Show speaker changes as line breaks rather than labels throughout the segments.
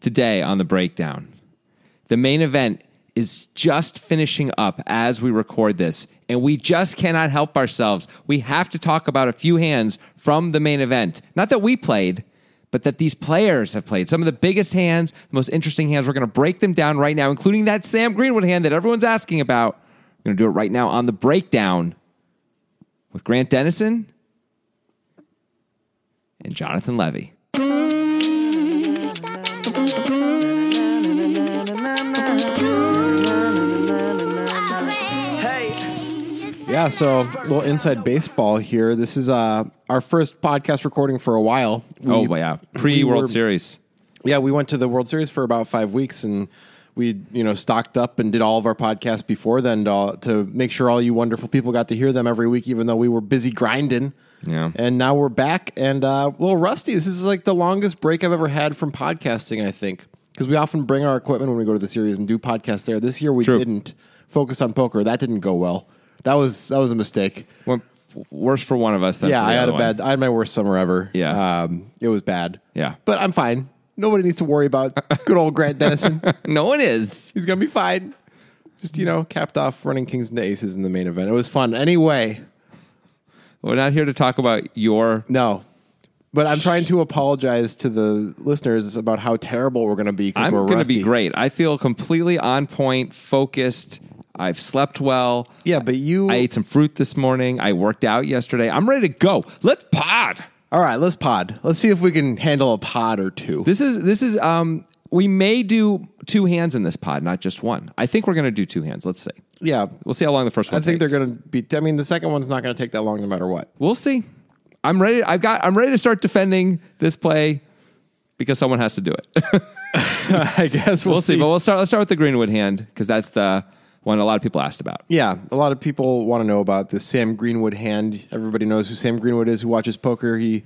Today on the breakdown, the main event is just finishing up as we record this, and we just cannot help ourselves. We have to talk about a few hands from the main event. Not that we played, but that these players have played. Some of the biggest hands, the most interesting hands. We're going to break them down right now, including that Sam Greenwood hand that everyone's asking about. We're going to do it right now on the breakdown with Grant Dennison and Jonathan Levy.
Yeah, so a little inside baseball here. This is uh, our first podcast recording for a while. We-
oh, yeah. Pre World
were-
Series.
Yeah, we went to the World Series for about five weeks, and we you know stocked up and did all of our podcasts before then to, all- to make sure all you wonderful people got to hear them every week, even though we were busy grinding.
Yeah.
And now we're back and uh, a little rusty. This is like the longest break I've ever had from podcasting, I think, because we often bring our equipment when we go to the series and do podcasts there. This year we
True.
didn't focus on poker. That didn't go well. That was that was a mistake.
Went worse for one of us than
Yeah,
for the
I had
other
a bad.
one.
I had my worst summer ever.
Yeah.
um, it was bad.
Yeah.
but I'm fine. Nobody needs to worry about good old Grant Dennison.
No one is.
He's gonna be fine. Just you know, capped off running kings into aces in the main event. It was fun. Anyway,
We're not here to talk about your.
no, but I'm trying to apologize to the listeners about how terrible we're gonna be. 'cause
I'm
we're
going to be
rusty.
great. I feel completely on point, focused. I've slept well.
Yeah, but you.
I ate some fruit this morning. I worked out yesterday. I'm ready to go. Let's pod.
all right, let's pod. Let's see if we can handle a pod or two.
This is this is um we may do two hands in this pod, not just one. I think we're going to do two hands. Let's see.
yeah,
We'll see how long the first
I
one.
think
takes.
they're gonna be. I mean, the second one's not gonna take that long, no matter what.
We'll see. I'm ready. I've got. I'm ready to start defending this play because someone has to do it. we'll,
I guess we'll,
see. But we'll start. Let's start with the Greenwood hand because that's the one a lot of people asked about.
Yeah, a lot of people want to know about the Sam Greenwood hand. Everybody knows who Sam Greenwood is, who watches poker. He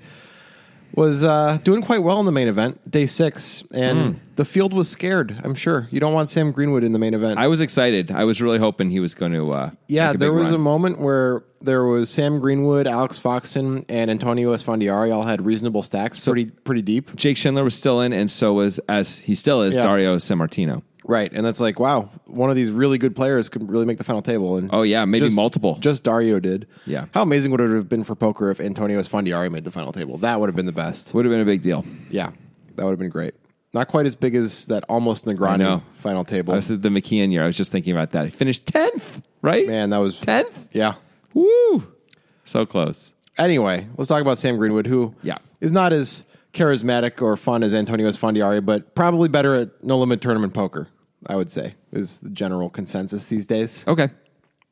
was uh, doing quite well in the main event, day six, and the field was scared. I'm sure you don't want Sam Greenwood in the main event.
I was excited. I was really hoping he was going to. Uh,
yeah,
make a
there
big
was a
run.
moment where there was Sam Greenwood, Alex Foxton, and Antonio Esfandiari all had reasonable stacks, pretty pretty deep.
Jake Schindler was still in, and so was as he still is
Yeah.
Dario Sammartino.
Right, and that's like wow, one of these really good players could really make the final table. And
Oh yeah, maybe
just-
multiple.
Just Dario did.
Yeah.
How amazing would it have been for poker if Antonio Esfandiari made the final table? That would have been the best.
Would have been a big deal.
Yeah, that would have been great. Not quite as big as that almost
I
Negrani
know.
final table.
I was at Uh, the McKeon year. I was just thinking about that. He finished tenth, right?
Man, that was
tenth.
Yeah.
Woo! So close.
Anyway, let's talk about Sam Greenwood, who
Yeah.
is not as charismatic or fun as Antonio Esfandiari, but probably better at no limit tournament poker. I would say is the general consensus these days.
Okay.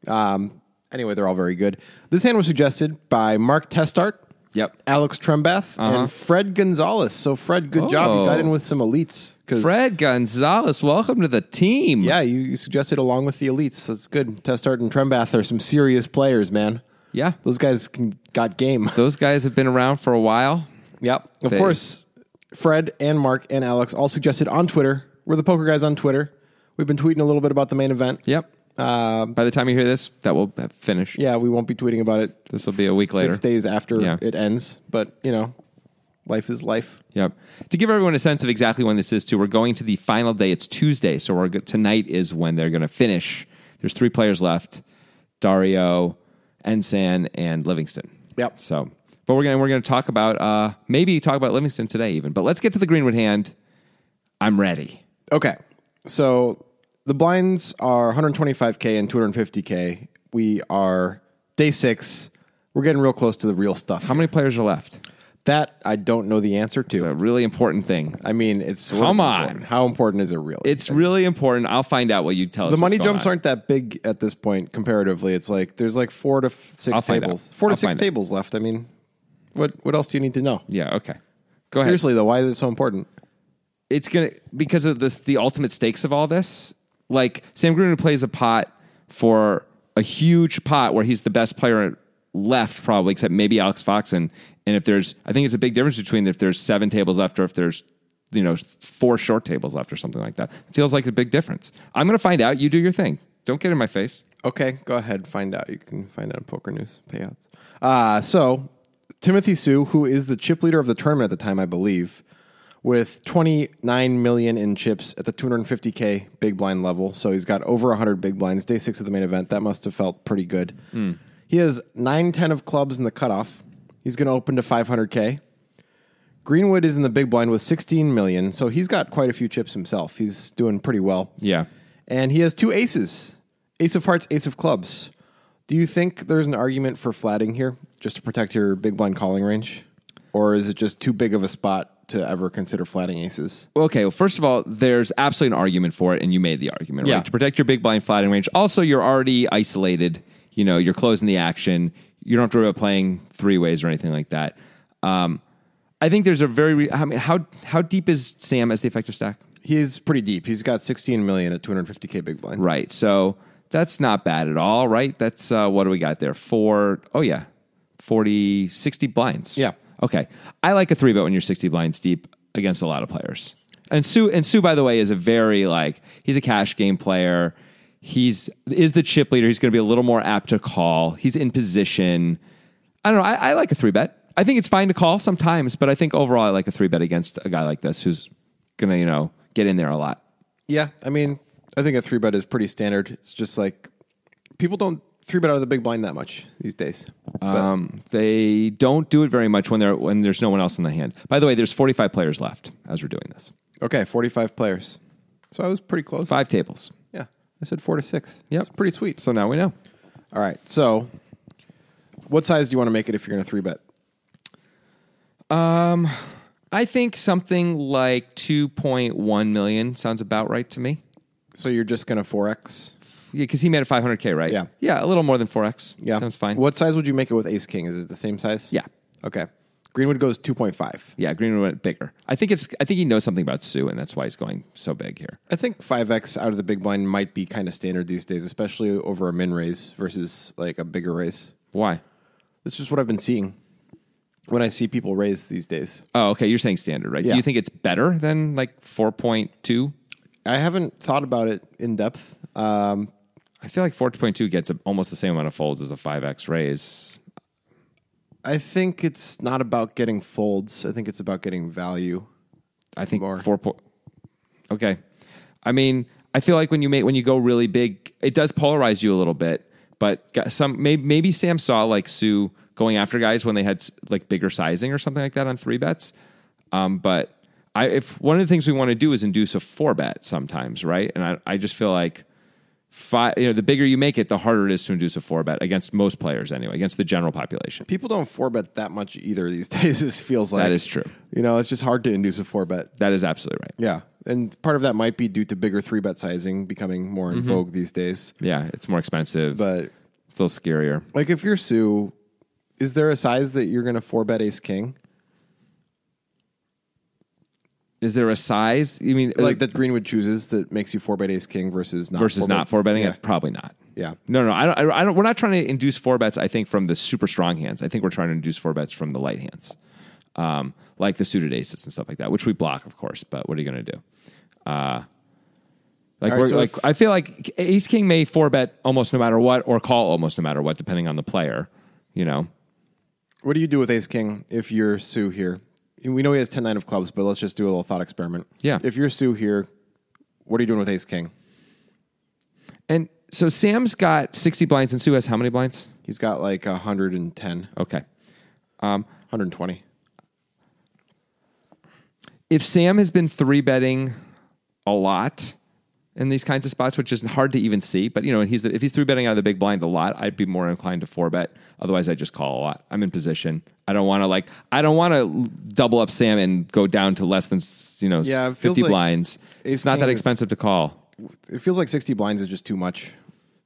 Um, anyway, they're all very good. This hand was suggested by Mark Testart.
Yep.
Alex Trembath and Fred Gonzalez. So Fred, good job.
Uh-huh. Oh.
You got in with some elites. 'cause-
Fred Gonzalez, welcome to the team.
Yeah, you, you suggested along with the elites. That's good. Testart and Trembath are some serious players, man.
Yeah.
Those guys can, got game.
Those guys have been around for a while.
Yep. Of
They-
course, Fred and Mark and Alex all suggested on Twitter. We're the poker guys on Twitter. We've been tweeting a little bit about the main event.
Yep.
Um,
By the time you hear this, that will have finished.
Yeah, we won't be tweeting about it
This will be a week later.
six days after
Yeah.
it ends, but you know, life is life.
Yep. To give everyone a sense of exactly when this is, too, we're going to the final day. It's Tuesday, so we're go- tonight is when they're going to finish. There's three players left: Dario, Ensan, and Livingston.
Yep.
So, but we're going to we're going to talk about uh, maybe talk about Livingston today even. But let's get to the Greenwood hand. I'm ready.
Okay. So the blinds are 125K and 250K. We are day six. We're getting real close to the real stuff.
How many players are left?
That I don't know the answer to.
It's a really important thing.
I mean, it's sort
Come
of
on.
important. How important is it really?
It's really important. I'll find out what you tell us.
the money
what's going
jumps
on.
aren't that big at this point comparatively. It's like there's like four to f- 6
I'll find
tables,
out.
four
I'll
to six
find out.
tables left. I mean, what what else do you need to know?
Yeah. Okay. Go ahead.
Seriously though, why is it so important?
it's gonna because of this the ultimate stakes of all this. Like Sam Greenwood plays a pot for a huge pot where he's the best player left, probably except maybe Alex Fox. And and if there's, I think it's a big difference between if there's seven tables left or if there's you know four short tables left or something like that. It feels like a big difference. I'm gonna find out. You do your thing. Don't get in my face.
Okay, go ahead. Find out. You can find out on Poker News payouts. Uh, so, Timothy Sue, who is the chip leader of the tournament at the time, I believe, with 29 million in chips at the 250k big blind level. So he's got over 100 big blinds. Day six of the main event. That must have felt pretty good. He has 9 10 of clubs in the cutoff. He's going to open to 500k. Greenwood is in the big blind with 16 million. So he's got quite a few chips himself. He's doing pretty well.
Yeah.
And he has two aces ace of hearts, ace of clubs. Do you think there's an argument for flatting here just to protect your big blind calling range? Or is it just too big of a spot to ever consider flatting aces?
Okay, well, first of all, there's absolutely an argument for it, and you made the argument,
Yeah.
right? To protect your big blind flatting range. Also, you're already isolated. You know, you're closing the action. You don't have to worry about playing three ways or anything like that. Um, I think there's a very. Re- I mean, how how deep is Sam as the effective stack?
He's pretty deep. He's got 16 million at 250K big blind.
Right. So that's not bad at all, right? That's uh, what do we got there? Four, oh yeah, 40, 60 blinds.
Yeah.
Okay. I like a three bet when you're 60 blinds deep against a lot of players. And Sue, and Sue, by the way, is a very like, he's a cash game player. He's is the chip leader. He's going to be a little more apt to call. He's in position. I don't know. I, I like a three bet. I think it's fine to call sometimes, but I think overall I like a three bet against a guy like this who's going to, you know, get in there a lot.
Yeah. I mean, I think a three bet is pretty standard. It's just like people don't three bet out of the big blind that much these days. But-
Um, they don't do it very much when there when there's no one else in the hand. By the way, there's 45 players left as we're doing this.
okay. 45 players. So I was pretty close.
Five tables.
Yeah. I said four to six.
Yep.
It's pretty sweet.
So now we know.
All right. So, what size do you want to make it if you're going to three bet?
I think something like 2.1 million sounds about right to me.
So you're just going to four x.
Yeah, because he made a 500k, right?
Yeah.
yeah, a little more than 4x.
Yeah,
sounds fine.
What size would you make it with ace king? Is it the same size?
Yeah.
Okay. Greenwood goes two point five.
Yeah, Greenwood went bigger. I think it's. I think he knows something about Sue, and that's why he's going so big here.
I think five x out of the big blind might be kind of standard these days, especially over a min raise versus like a bigger raise.
Why?
This is what I've been seeing when I see people raise these days.
Oh, okay. You're saying standard, right?
Yeah.
Do you think it's better than like 4.2?
I haven't thought about it in depth. Um,
I feel like 4.2 gets almost the same amount of folds as a 5x raise.
I think it's not about getting folds. I think it's about getting value.
I think
More.
four po- Okay, I mean, I feel like when you make when you go really big, it does polarize you a little bit. But got some maybe, maybe Sam saw like Sue going after guys when they had s- like bigger sizing or something like that on three bets. Um, but I if one of the things we want to do is induce a four bet sometimes, right? And I I just feel like. Five, you know, the bigger you make it, the harder it is to induce a four bet against most players, anyway, against the general population.
People don't four bet that much either these days. It feels like
That is true.
You know, it's just hard to induce a four bet.
That is absolutely right.
Yeah, and part of that might be due to bigger three bet sizing becoming more
Mm-hmm.
in vogue these days.
Yeah, it's more expensive, but
But
it's a little scarier.
like, if you're Sue, is there a size that you're going to four bet Ace King?
Is there a size? You mean
Like that Greenwood chooses that makes you four bet Ace King versus not
versus
four-bet-
not four betting
Yeah.
it? Probably not.
Yeah.
No, no, I don't, I don't. We're not trying to induce four bets. I think from the super strong hands. I think we're trying to induce four bets from the light hands, um, like the suited aces and stuff like that, which we block, of course. But what are you going to do? Uh, like,
All right,
we're,
so
like
if-
I feel like Ace King may four bet almost no matter what, or call almost no matter what, depending on the player. You know,
What do you do with Ace King if you're Sue here? We know he has 10 9 of clubs, but let's just do a little thought experiment.
Yeah.
If you're Sue here, what are you doing with Ace King?
and so Sam's got sixty blinds, and Sue has how many blinds?
He's got like 110,
Okay.
120.
if Sam has been three betting a lot in these kinds of spots, which is hard to even see, but you know, he's the, if he's three betting out of the big blind a lot, I'd be more inclined to four bet. Otherwise, I just call a lot. I'm in position. I don't want to like. I don't want to double up Sam and go down to less than s- you know
Yeah, it feels
fifty
like
blinds.
ace
It's not
king
that
is-
expensive to call
It feels like 60 blinds is just too much.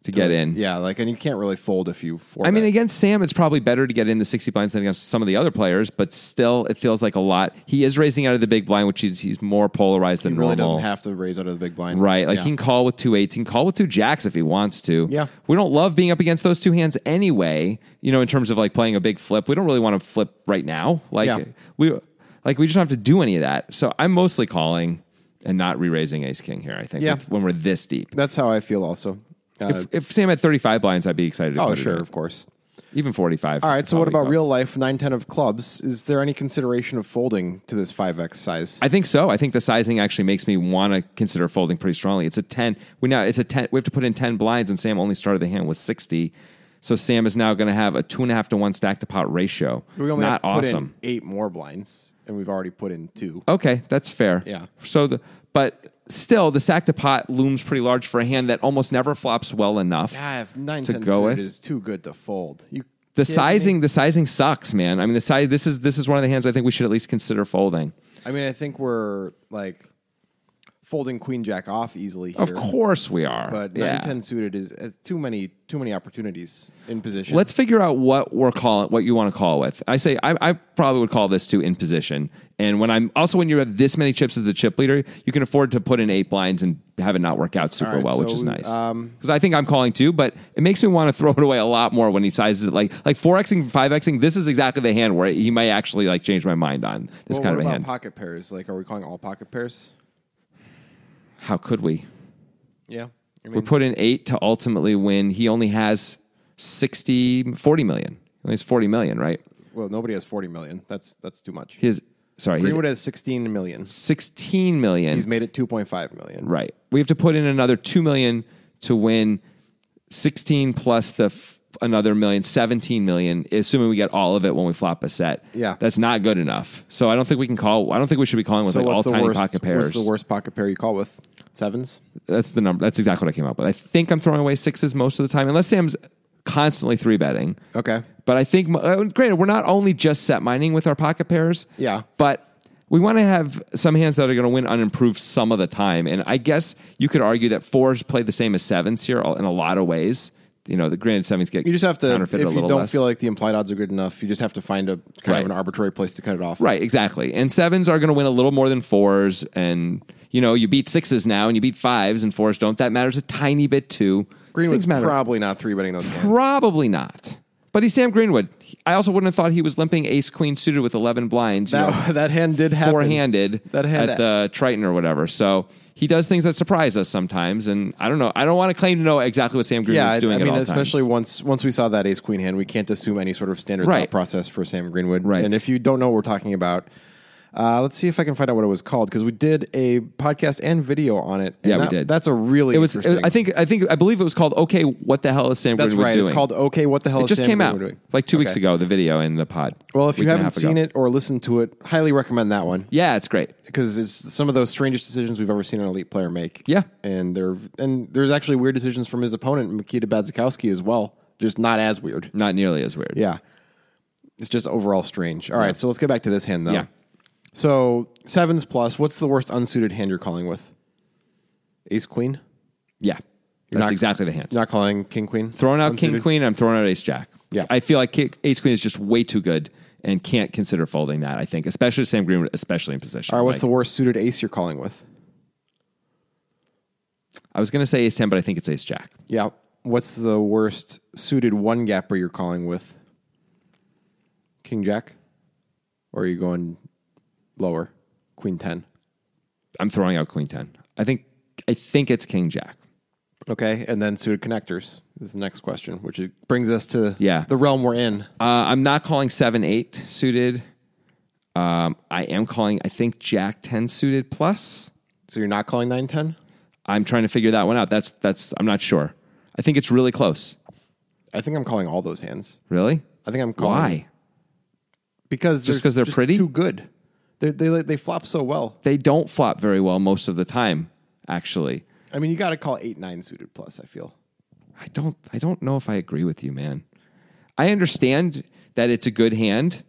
to get in.
Yeah, like, and you can't really fold if you four
I mean,
bet.
against Sam, it's probably better to get in the 60 blinds than against some of the other players, but still, it feels like a lot. He is raising out of the big blind, which is, he's more polarized than
He really
normal.
doesn't have to raise out of the big blind.
Right. Like
Yeah.
he can call with two eights. He can call with two jacks if he wants to.
Yeah.
We don't love being up against those two hands anyway, you know, in terms of like playing a big flip. We don't really want to flip right now. Like
Yeah.
we like we just don't have to do any of that. So I'm mostly calling and not re-raising ace king here, I think.
Yeah.
When we're this deep.
That's how I feel also. Uh,
If, if Sam had 35 blinds, I'd be excited. to
oh,
put it
sure,
in.
of course.
Even 45.
All right, so what
probably
about
go.
real life 910 of clubs? Is there any consideration of folding to this 5x size?
I think so. I think the sizing actually makes me want to consider folding pretty strongly. It's a 10. We now it's a 10. We have to put in 10 blinds, and Sam only started the hand with 60. So Sam is now going to have a two and a half to one stack to pot ratio.
we
it's
only
not
have to put
awesome.
in eight more blinds, and we've already put in two.
Okay, that's fair.
Yeah.
So the but still the stack to pot looms pretty large for a hand that almost never flops well enough
Ah, if
to
910
go
suited
with.
is too good to fold. You
The
kidding me?
sizing, the sizing sucks, man. I mean, the size. This is this is one of the hands I think we should at least consider folding.
I mean, I think we're like folding queen jack off easily here.
Of course we are.
But
yeah.
910 suited is, is too many too many opportunities in position.
Let's figure out what we're calling, what you want to call with. I say I, I probably would call this too in position. And when I'm also when you have this many chips as the chip leader, you can afford to put in eight blinds and have it not work out super
All right,
well, which
so
is
we-
nice. Because
um,
I think I'm calling too, but it makes me want to throw it away a lot more when he sizes it like like four xing, five xing. This is exactly the hand where he might actually like change my mind on this
Well,
kind of
what
a
about
hand.
pocket pairs? Like, are we calling all pocket pairs?
How could we?
Yeah. I mean,
We put in eight to ultimately win. He only has 60, 40 million. He only has 40 million, right?
well, nobody has 40 million. That's that's too much.
His, sorry, his
Greenwood has 16 million.
16 million.
He's made it 2.5 million.
right. We have to put in another 2 million to win 16 plus the f- another million, 17 million, assuming we get all of it when we flop a set.
Yeah.
That's not good enough. So I don't think we can call, I don't think we should be calling with
So
like all
what's the
tiny
worst?
pocket pairs.
What's the worst pocket pair you call with? Sevens.
That's the number. That's exactly what I came up with. I think I'm throwing away sixes most of the time, unless Sam's constantly three betting.
Okay.
But I think, uh, granted, we're not only just set mining with our pocket pairs.
Yeah.
But we want to have some hands that are going to win unimproved some of the time. And I guess you could argue that fours play the same as sevens here in a lot of ways. You know, the granted sevens get
You just have to. If
counterfeited a
you
little
don't
less.
feel like the implied odds are good enough, you just have to find a kind
Right.
of an arbitrary place to cut it off.
Right, exactly. And sevens are going to win a little more than fours. And, you know, you beat sixes now and you beat fives and fours don't. That matters a tiny bit too. These
Greenwood's
things matter
probably not three betting those. hands.
Probably not. But he's Sam Greenwood. He- I also wouldn't have thought he was limping ace queen suited with 11 blinds, you know,
That, that hand did happen.
four handed
That had-
at the Triton or whatever. So he does things that surprise us sometimes. And I don't know. I don't want to claim to know exactly what Sam Greenwood's
Yeah, I,
doing
I
at
mean,
all
especially
times.
once once we saw that ace queen hand, we can't assume any sort of standard
Right.
thought process for Sam Greenwood.
Right.
And if you don't know what we're talking about, uh, let's see if I can find out what it was called because we did a podcast and video on it. and
Yeah, we
that-
did.
That's a really
It was, it was-
interesting.
I think, I think, I believe it was called, okay, what the hell is Sam
that's
Greenwood
right.
doing?
It's called "Okay, What the Hell."
it
is
just
Sam
came out
Greenwood Doing?
like two
Okay.
weeks ago, the video and the pod.
Well, if
Week
you
and a
haven't
half ago.
seen it or listened to it, highly recommend that one
Yeah, it's great.
because it's some of those strangest decisions we've ever seen an elite player make.
Yeah.
and there and there's actually weird decisions from his opponent Makita Badzikowski as well. Just not as weird.
Not nearly as weird.
Yeah, it's just overall strange. All right, so let's get back to this hand though.
Yeah.
So sevens plus. What's the worst unsuited hand you're calling with? Ace queen.
Yeah. That's
not-
exactly the hand.
You're not calling king queen.
throwing out king
Unsuited?
queen. I'm throwing out ace jack.
Yeah.
I feel like ki- ace queen is just way too good and can't consider folding that. I think, especially Sam Greenwood, especially in position.
All right, what's the
Like,
worst suited ace you're calling with?
I was gonna say ace ten, but I think it's ace jack.
Yeah. What's the worst suited one gapper you're calling with? King Jack? Or are you going lower? Queen 10.
I'm throwing out queen ten. I think I think it's king jack.
Okay. And then suited connectors is the next question, which it brings us to
Yeah.
the realm we're in.
Uh, I'm not calling seven eight suited. Um, I am calling. I think jack ten suited plus.
So you're not calling 9 10?
I'm trying to figure that one out. That's that's. I'm not sure. I think it's really close.
I think I'm calling all those hands.
Really?
I think I'm calling.
Why?
Because
Just 'cause they're pretty?
too good. They, they, they flop so well.
They don't flop very well most of the time. Actually,
I mean, you got to call 8 9 suited plus, I feel.
I don't I don't know if I agree with you, man. I understand that it's a good hand,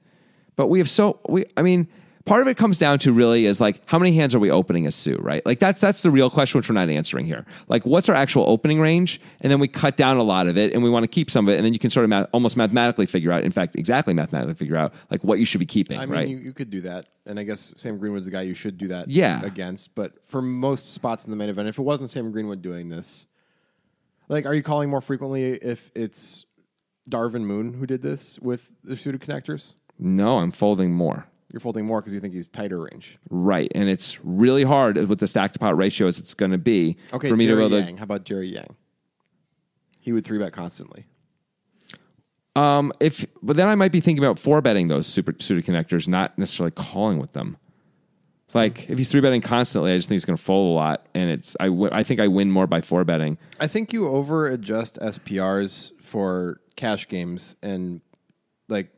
but we have so we I mean, part of it comes down to really is like how many hands are we opening a suit, right? Like that's that's the real question which we're not answering here. Like what's our actual opening range? And then we cut down a lot of it and we want to keep some of it and then you can sort of math, almost mathematically figure out, in fact, exactly mathematically figure out like what you should be keeping,
I mean,
right?
you, you could do that, and I guess Sam Greenwood's the guy you should do that
Yeah.
against. But for most spots in the main event, if it wasn't Sam Greenwood doing this, like, are you calling more frequently if it's Darvin Moon who did this with the suited connectors?
no, I'm folding more.
You're folding more because you think he's tighter range.
Right. And it's really hard with the stack to pot ratio as it's going to be
Okay,
for me
Jerry
to be able to
Yang. How about Jerry Yang? He would three bet constantly.
Um, if but then I might be thinking about four betting those super pseudo connectors, not necessarily calling with them. Like if he's three betting constantly, I just think he's going to fold a lot, and it's I w- I think I win more by four betting.
I think you over adjust SPRs for cash games and like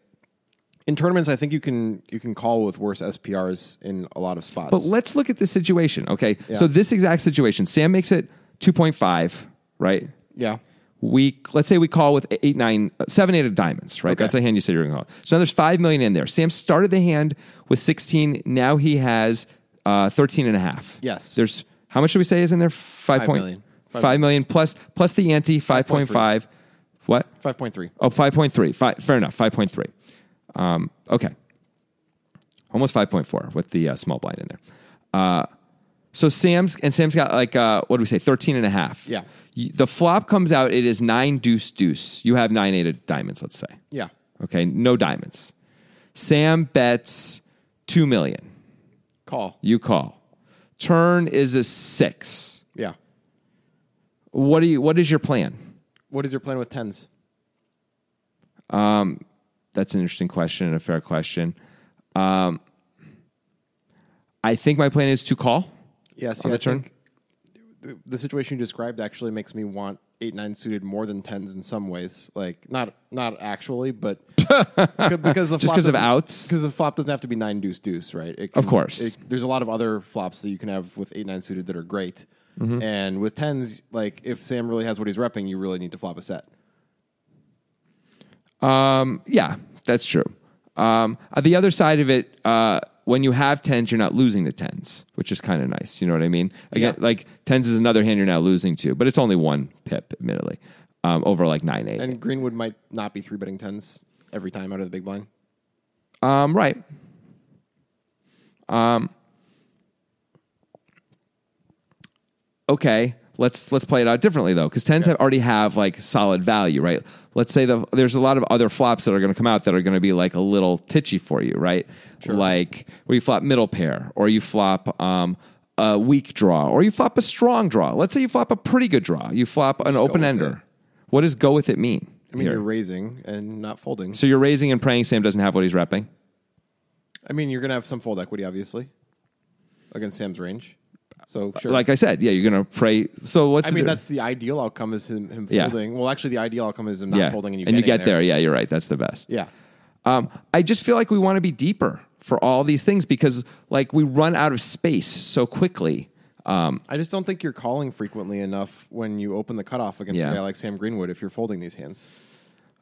in tournaments. I think you can you can call with worse SPRs in a lot of spots.
But let's look at this situation. Okay, so this exact situation, Sam makes it two point five, right?
yeah,
we let's say we call with eight nine seven eight of diamonds right
Okay.
that's the hand you said you're going to call so now there's five million in there sam started the hand with 16 now he has uh, 13 and a half
Yes.
there's how much should we say is in there five,
Five
point-
million. Five
five million plus plus the ante 5.5
point three.
what
five point three.
oh 5.3 Fi fair enough 5.3 um, okay almost 5.4 with the uh, small blind in there uh, so sam's and sam's got like uh, what do we say 13 and a half
Yeah.
Y- the flop comes out it is 9 deuce deuce you have 9 8 of diamonds let's say
Yeah,
okay no diamonds sam bets 2 million
call.
you call turn is a 6
Yeah.
what do you what is your plan
What is your plan with tens?
that's an interesting question and a fair question um, i think my plan is to call
Yes,
On the turn?
the, the situation you described actually makes me want eight nine suited more than tens in some ways. Like not not actually, but c- because the
Just 'cause of outs?
because the flop doesn't have to be nine deuce deuce, right? It
Of
can-
course.
it- there's a lot of other flops that you can have with eight nine suited that are great,
Mm-hmm.
and with tens, like if Sam really has what he's repping, you really need to flop a set.
Um, yeah, that's true. Um, uh, the other side of it, uh, when you have tens, you're not losing to tens, which is kind of nice. You know what I mean? Again,
Yeah.
like tens is another hand you're not losing to, but it's only one pip, admittedly, um, over like nine eight.
And Greenwood might not be three betting tens every time out of the big blind.
Um, right. Um, okay. Let's let's play it out differently though, because tens have already have like solid value, right? Let's say the, there's a lot of other flops that are going to come out that are going to be like a little titchy for you, right? Like where you flop middle pair, or you flop um, a weak draw, or you flop a strong draw. Let's say you flop a pretty good draw, you flop an open
with
ender. What does go with it mean?
I mean,
here?
you're raising and not folding.
so you're raising and praying Sam doesn't have what he's repping.
I mean, you're going to have some fold equity, obviously, against Sam's range. So sure.
Uh, like I said, yeah, you're gonna pray. So what's
I
the
mean,
di-
that's the ideal outcome is him, him
Yeah.
folding. Well, actually, the ideal outcome is him not
yeah,
folding and you
get
getting
there. Yeah, you're right. That's the best.
Yeah,
Um, I just feel like we want to be deeper for all these things because like we run out of space so quickly. Um,
I just don't think you're calling frequently enough when you open the cutoff against
Yeah.
a guy like Sam Greenwood if you're folding these hands.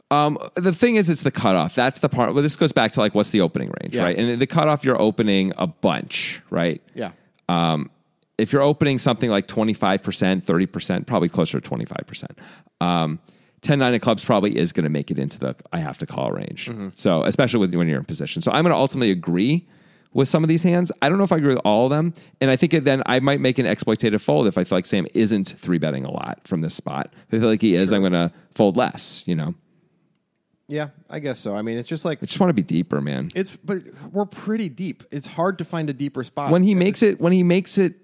um, the thing is, it's the cutoff. That's the part. Well, this goes back to like what's the opening range,
Yeah.
right? And the cutoff, you're opening a bunch, right?
Yeah,
Um, if you're opening something like 25%, 30%, probably closer to 25%, um, 10 9 of clubs probably is going to make it into the I have to call range.
Mm-hmm.
So, especially with, when you're in position. So, I'm going to ultimately agree with some of these hands. I don't know if I agree with all of them. And I think it, then I might make an exploitative fold if I feel like Sam isn't three betting a lot from this spot. If I feel like he is, I'm going to fold less, you know?
yeah, I guess so. I mean, it's just like
I just want to be deeper, man.
it's, but we're pretty deep. It's hard to find a deeper spot
When he
at
makes it, when he makes it,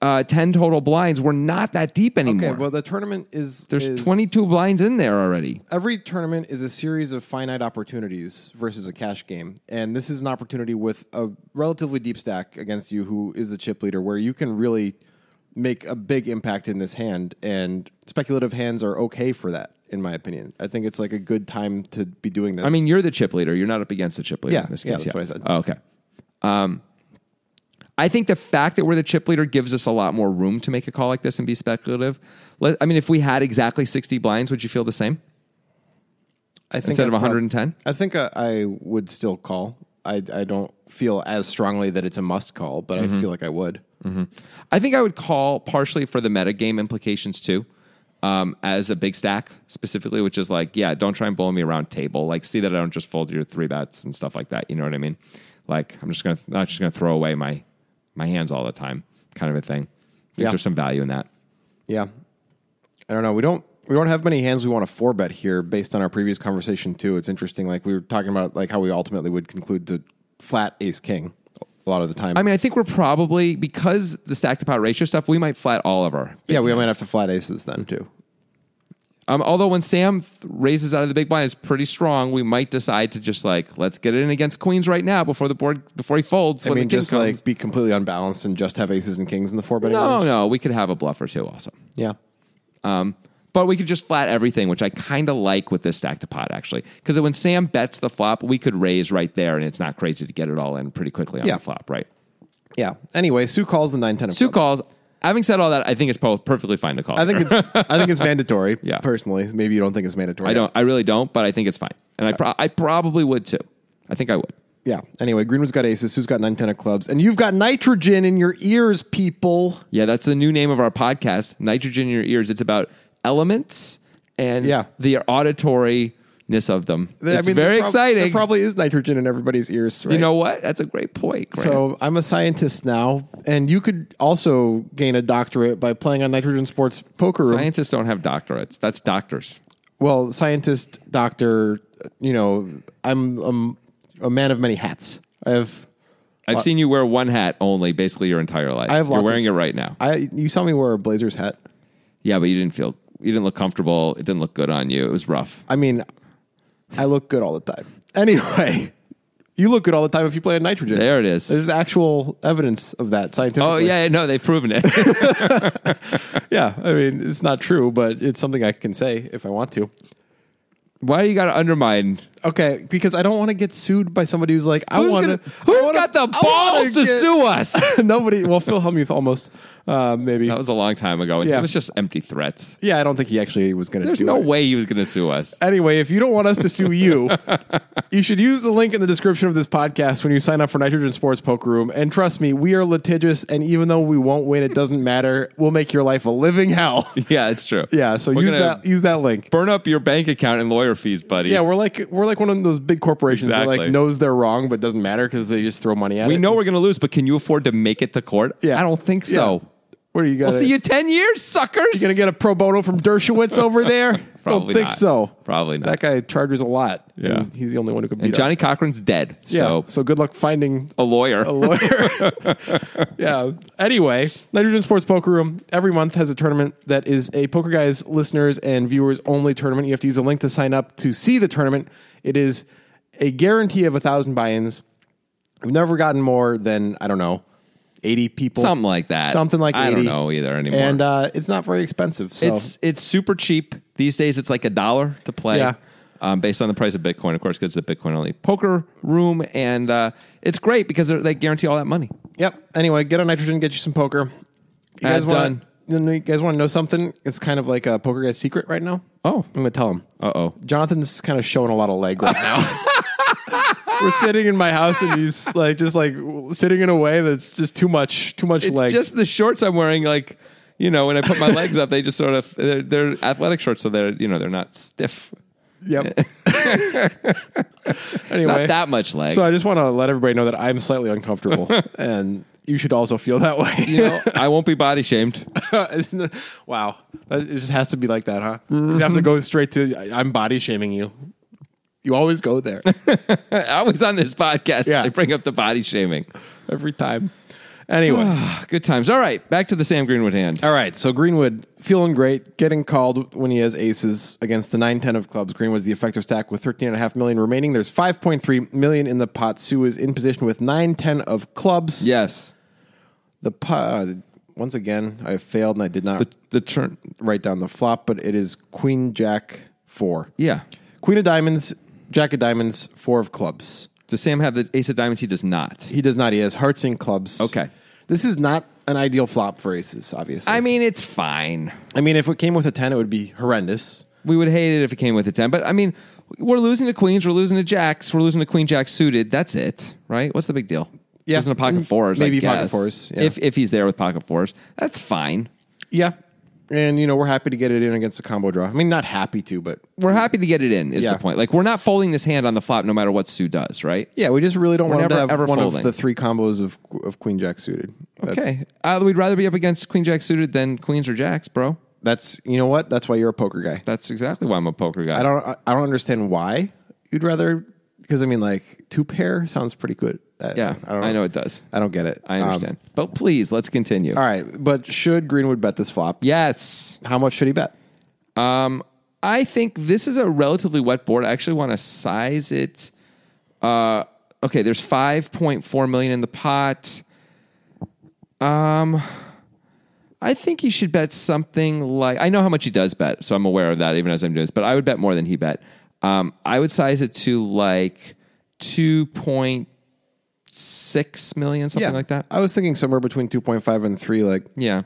uh, 10 total blinds, we're not that deep
this-
anymore.
Okay, well, the tournament is
There's
is-
22 blinds in there already.
every tournament is a series of finite opportunities versus a cash game. And this is an opportunity with a relatively deep stack against you, who is the chip leader, where you can really make a big impact in this hand. And speculative hands are okay for that, in my opinion. I think it's like a good time to be doing this.
I mean, you're the chip leader. You're not up against the chip leader
Yeah,
in this case.
yeah, that's what I said.
Oh, okay. Um, I think the fact that we're the chip leader gives us a lot more room to make a call like this and be speculative. Let, I mean, if we had exactly 60 blinds, would you feel the same
I think
instead
I
of
prob-
110?
I think I, I would still call. I, I don't feel as strongly that it's a must call, but
Mm-hmm.
I feel like I would.
I think I would call partially for the metagame implications too, um, as a big stack specifically, which is like, yeah, don't try and blow me around table. Like, see that I don't just fold your three bets and stuff like that. You know what I mean? Like, I'm just gonna not just gonna throw away my my hands all the time, kind of a thing. I think
Yeah.
there's some value in that.
Yeah. I don't know. We don't we don't have many hands we want to four bet here based on our previous conversation too. It's interesting like we were talking about like how we ultimately would conclude to flat ace king a lot of the time.
I mean, I think we're probably because the stack to pot ratio stuff, we might flat all of our.
yeah, we might have to flat aces then too.
Um, although when Sam th- raises out of the big blind, it's pretty strong. We might decide to just like let's get it in against queens right now before the board before he folds.
I
when the
mean,
king
just
comes.
like be completely unbalanced and just have aces and kings in the four betting
no,
range.
no, we could have a bluff or two also.
Yeah.
Um, but we could just flat everything, which I kind of like with this stack to pot actually, because when Sam bets the flop, we could raise right there, and it's not crazy to get it all in pretty quickly on
Yeah.
the flop, right?
Yeah. Anyway, Sue calls the nine ten.
Sue calls. Having said all that, I think it's po- perfectly fine to call.
I think it's I think it's mandatory.
Yeah.
Personally, maybe you don't think it's mandatory.
I don't. I really don't, but I think it's fine, and I pro- I probably would too. I think I would.
Yeah. Anyway, Greenwood's got aces. Sue's got nine ten of clubs, and you've got nitrogen in your ears, people.
Yeah, that's the new name of our podcast, Nitrogen in Your Ears. It's about elements and
Yeah.
the auditoriness of of them.
Th-
it's
I mean, there
very
prob- There
exciting.
probably is nitrogen in everybody's ears. Right?
You know what? That's a great point. Grant.
So I'm a scientist now, and you could also gain a doctorate by playing on nitrogen sports poker. room.
scientists don't have doctorates. That's doctors.
well, scientist, doctor. You know, I'm, um a man of many hats. I have.
I've seen you wear one hat only, basically your entire life.
I have
You're
lots
wearing
of-
it right now.
I you saw me wear a Blazers hat.
yeah, but you didn't feel. You didn't look comfortable. It didn't look good on you. It was rough.
I mean, I look good all the time. Anyway, you look good all the time if you play on nitrogen.
There it is.
There's actual evidence of that scientifically.
Oh yeah, no, they've proven it.
yeah. I mean, it's not true, but it's something I can say if I want to.
Why do you got to undermine?
Okay, because I don't want to get sued by somebody who's like, I
Who's
want
gonna-
to.
who's got the balls to sue us?
Nobody. Well, Phil Hellmuth almost, uh, maybe.
That was a long time ago, and
Yeah.
it was just empty threats.
Yeah, I don't think he actually was going to.
There's
do
no
it.
way he was going to sue us.
Anyway, if you don't want us to sue you, you should use the link in the description of this podcast when you sign up for Nitrogen Sports Poker Room. And trust me, we are litigious, and even though we won't win, it doesn't matter. We'll make your life a living hell.
Yeah, it's true.
yeah, so
We're
use
gonna
that use that link.
Burn up your bank account and lawyer fees, buddy.
Yeah, we're like we're like one of those big corporations that
Exactly.
like knows they're wrong but doesn't matter because they just throw money at
we
it.
know we're going to lose, but can you afford to make it to court?
Yeah.
I don't think so.
Yeah. What are you gonna
I'll see you in 10 years, suckers.
you gonna get a pro bono from Dershowitz over there? don't
Probably
think
not.
so.
Probably not.
That guy charges a lot.
Yeah.
and he's the only one who could beat
and
up.
Johnny Cochran's dead.
Yeah,
So
so good luck finding
a lawyer.
lawyer. yeah. Anyway, Nitrogen Sports Poker Room every month has a tournament that is a Poker Guys listeners and viewers only tournament. You have to use a link to sign up to see the tournament. It is a guarantee of a thousand buy-ins. We've never gotten more than I don't know, eighty people,
Something like that.
something like
I
80.
don't know either anymore.
And uh, it's not very expensive. So
it's it's super cheap these days. It's like a dollar to play,
Yeah.
um, based on the price of Bitcoin, of course, because it's a Bitcoin only poker room, and uh, it's great because they're- they guarantee all that money.
Yep. Anyway, get on Nitrogen, get you some poker. You
Ad
guys want
done.
you know, you guys want to know something? It's kind of like a poker guy's secret right now.
Oh.
I'm gonna tell him.
Uh oh.
Jonathan's kind of showing a lot of leg right now. We're sitting in my house and he's like just like sitting in a way that's just too much, too much
It's
leg.
just the shorts I'm wearing. Like, you know, when I put my legs up, they just sort of they're, they're athletic shorts, so they're you know they're not stiff.
yep.
It's
anyway,
not that much leg.
so I just want to let everybody know that I'm slightly uncomfortable, and you should also feel that way.
you know, I won't be body shamed.
Isn't it- wow, That- it just has to be like that, huh? You have to go straight to I- I'm body shaming you. You always go there
Always on this podcast,
Yeah.
I bring up the body shaming.
every time. Anyway.
Good times. All right, back to the Sam Greenwood hand.
All right, so Greenwood feeling great, getting called when he has aces against the 9-10 of clubs. Greenwood's the effective stack with 13.5 million remaining. There's 5.3 million in the pot. Sue is in position with 9-10 of clubs.
Yes,
The pot, once again, I failed and I did not
the turn.
write down the flop, but it is queen jack 4.
Yeah.
Queen of diamonds, jack of diamonds, 4 of clubs.
Does Sam have the ace of diamonds? He does not.
He does not. He has hearts and clubs.
Okay.
This is not an ideal flop for aces, obviously.
I mean, it's fine.
I mean, if it came with a 10, it would be horrendous.
We would hate it if it came with a 10, but I mean, we're losing to queens, we're losing to jacks, we're losing to queen jack suited. That's it, right? What's the big deal?
Yeah. Mm,
Losing to pocket fours. I
Maybe pocket
guess.
fours, yeah.
If, if he's there with pocket fours, that's fine.
Yeah. And, you know, we're happy to get it in against a combo draw. I mean, not happy to, but
We're happy to get it in, is
Yeah.
the point. Like, we're not folding this hand on the flop no matter what Sue does, right?
yeah, we just really don't want him to
never,
have
ever
one
folding.
of the three combos of, of Queen Jack suited. That's,
Okay. Uh, we'd rather be up against queen jack suited than queens or jacks, bro.
That's, you know what? That's why you're a poker guy.
That's exactly why I'm a poker guy.
I don't, I don't understand why you'd rather, because I mean, like, two pair sounds pretty good. I,
yeah,
I don't
I know it does.
I don't get it.
I
Um,
understand. but please, let's continue.
all right. But should Greenwood bet this flop?
Yes.
How much should he bet?
Um, I think this is a relatively wet board. I actually want to size it. Uh, okay, there's 5.4 million in the pot. Um, I think he should bet something like I know how much he does bet, so I'm aware of that even as I'm doing this. But I would bet more than he bet. Um, I would size it to like 2.6 million, something like that.
I was thinking somewhere between 2.5 and 3 like
Yeah,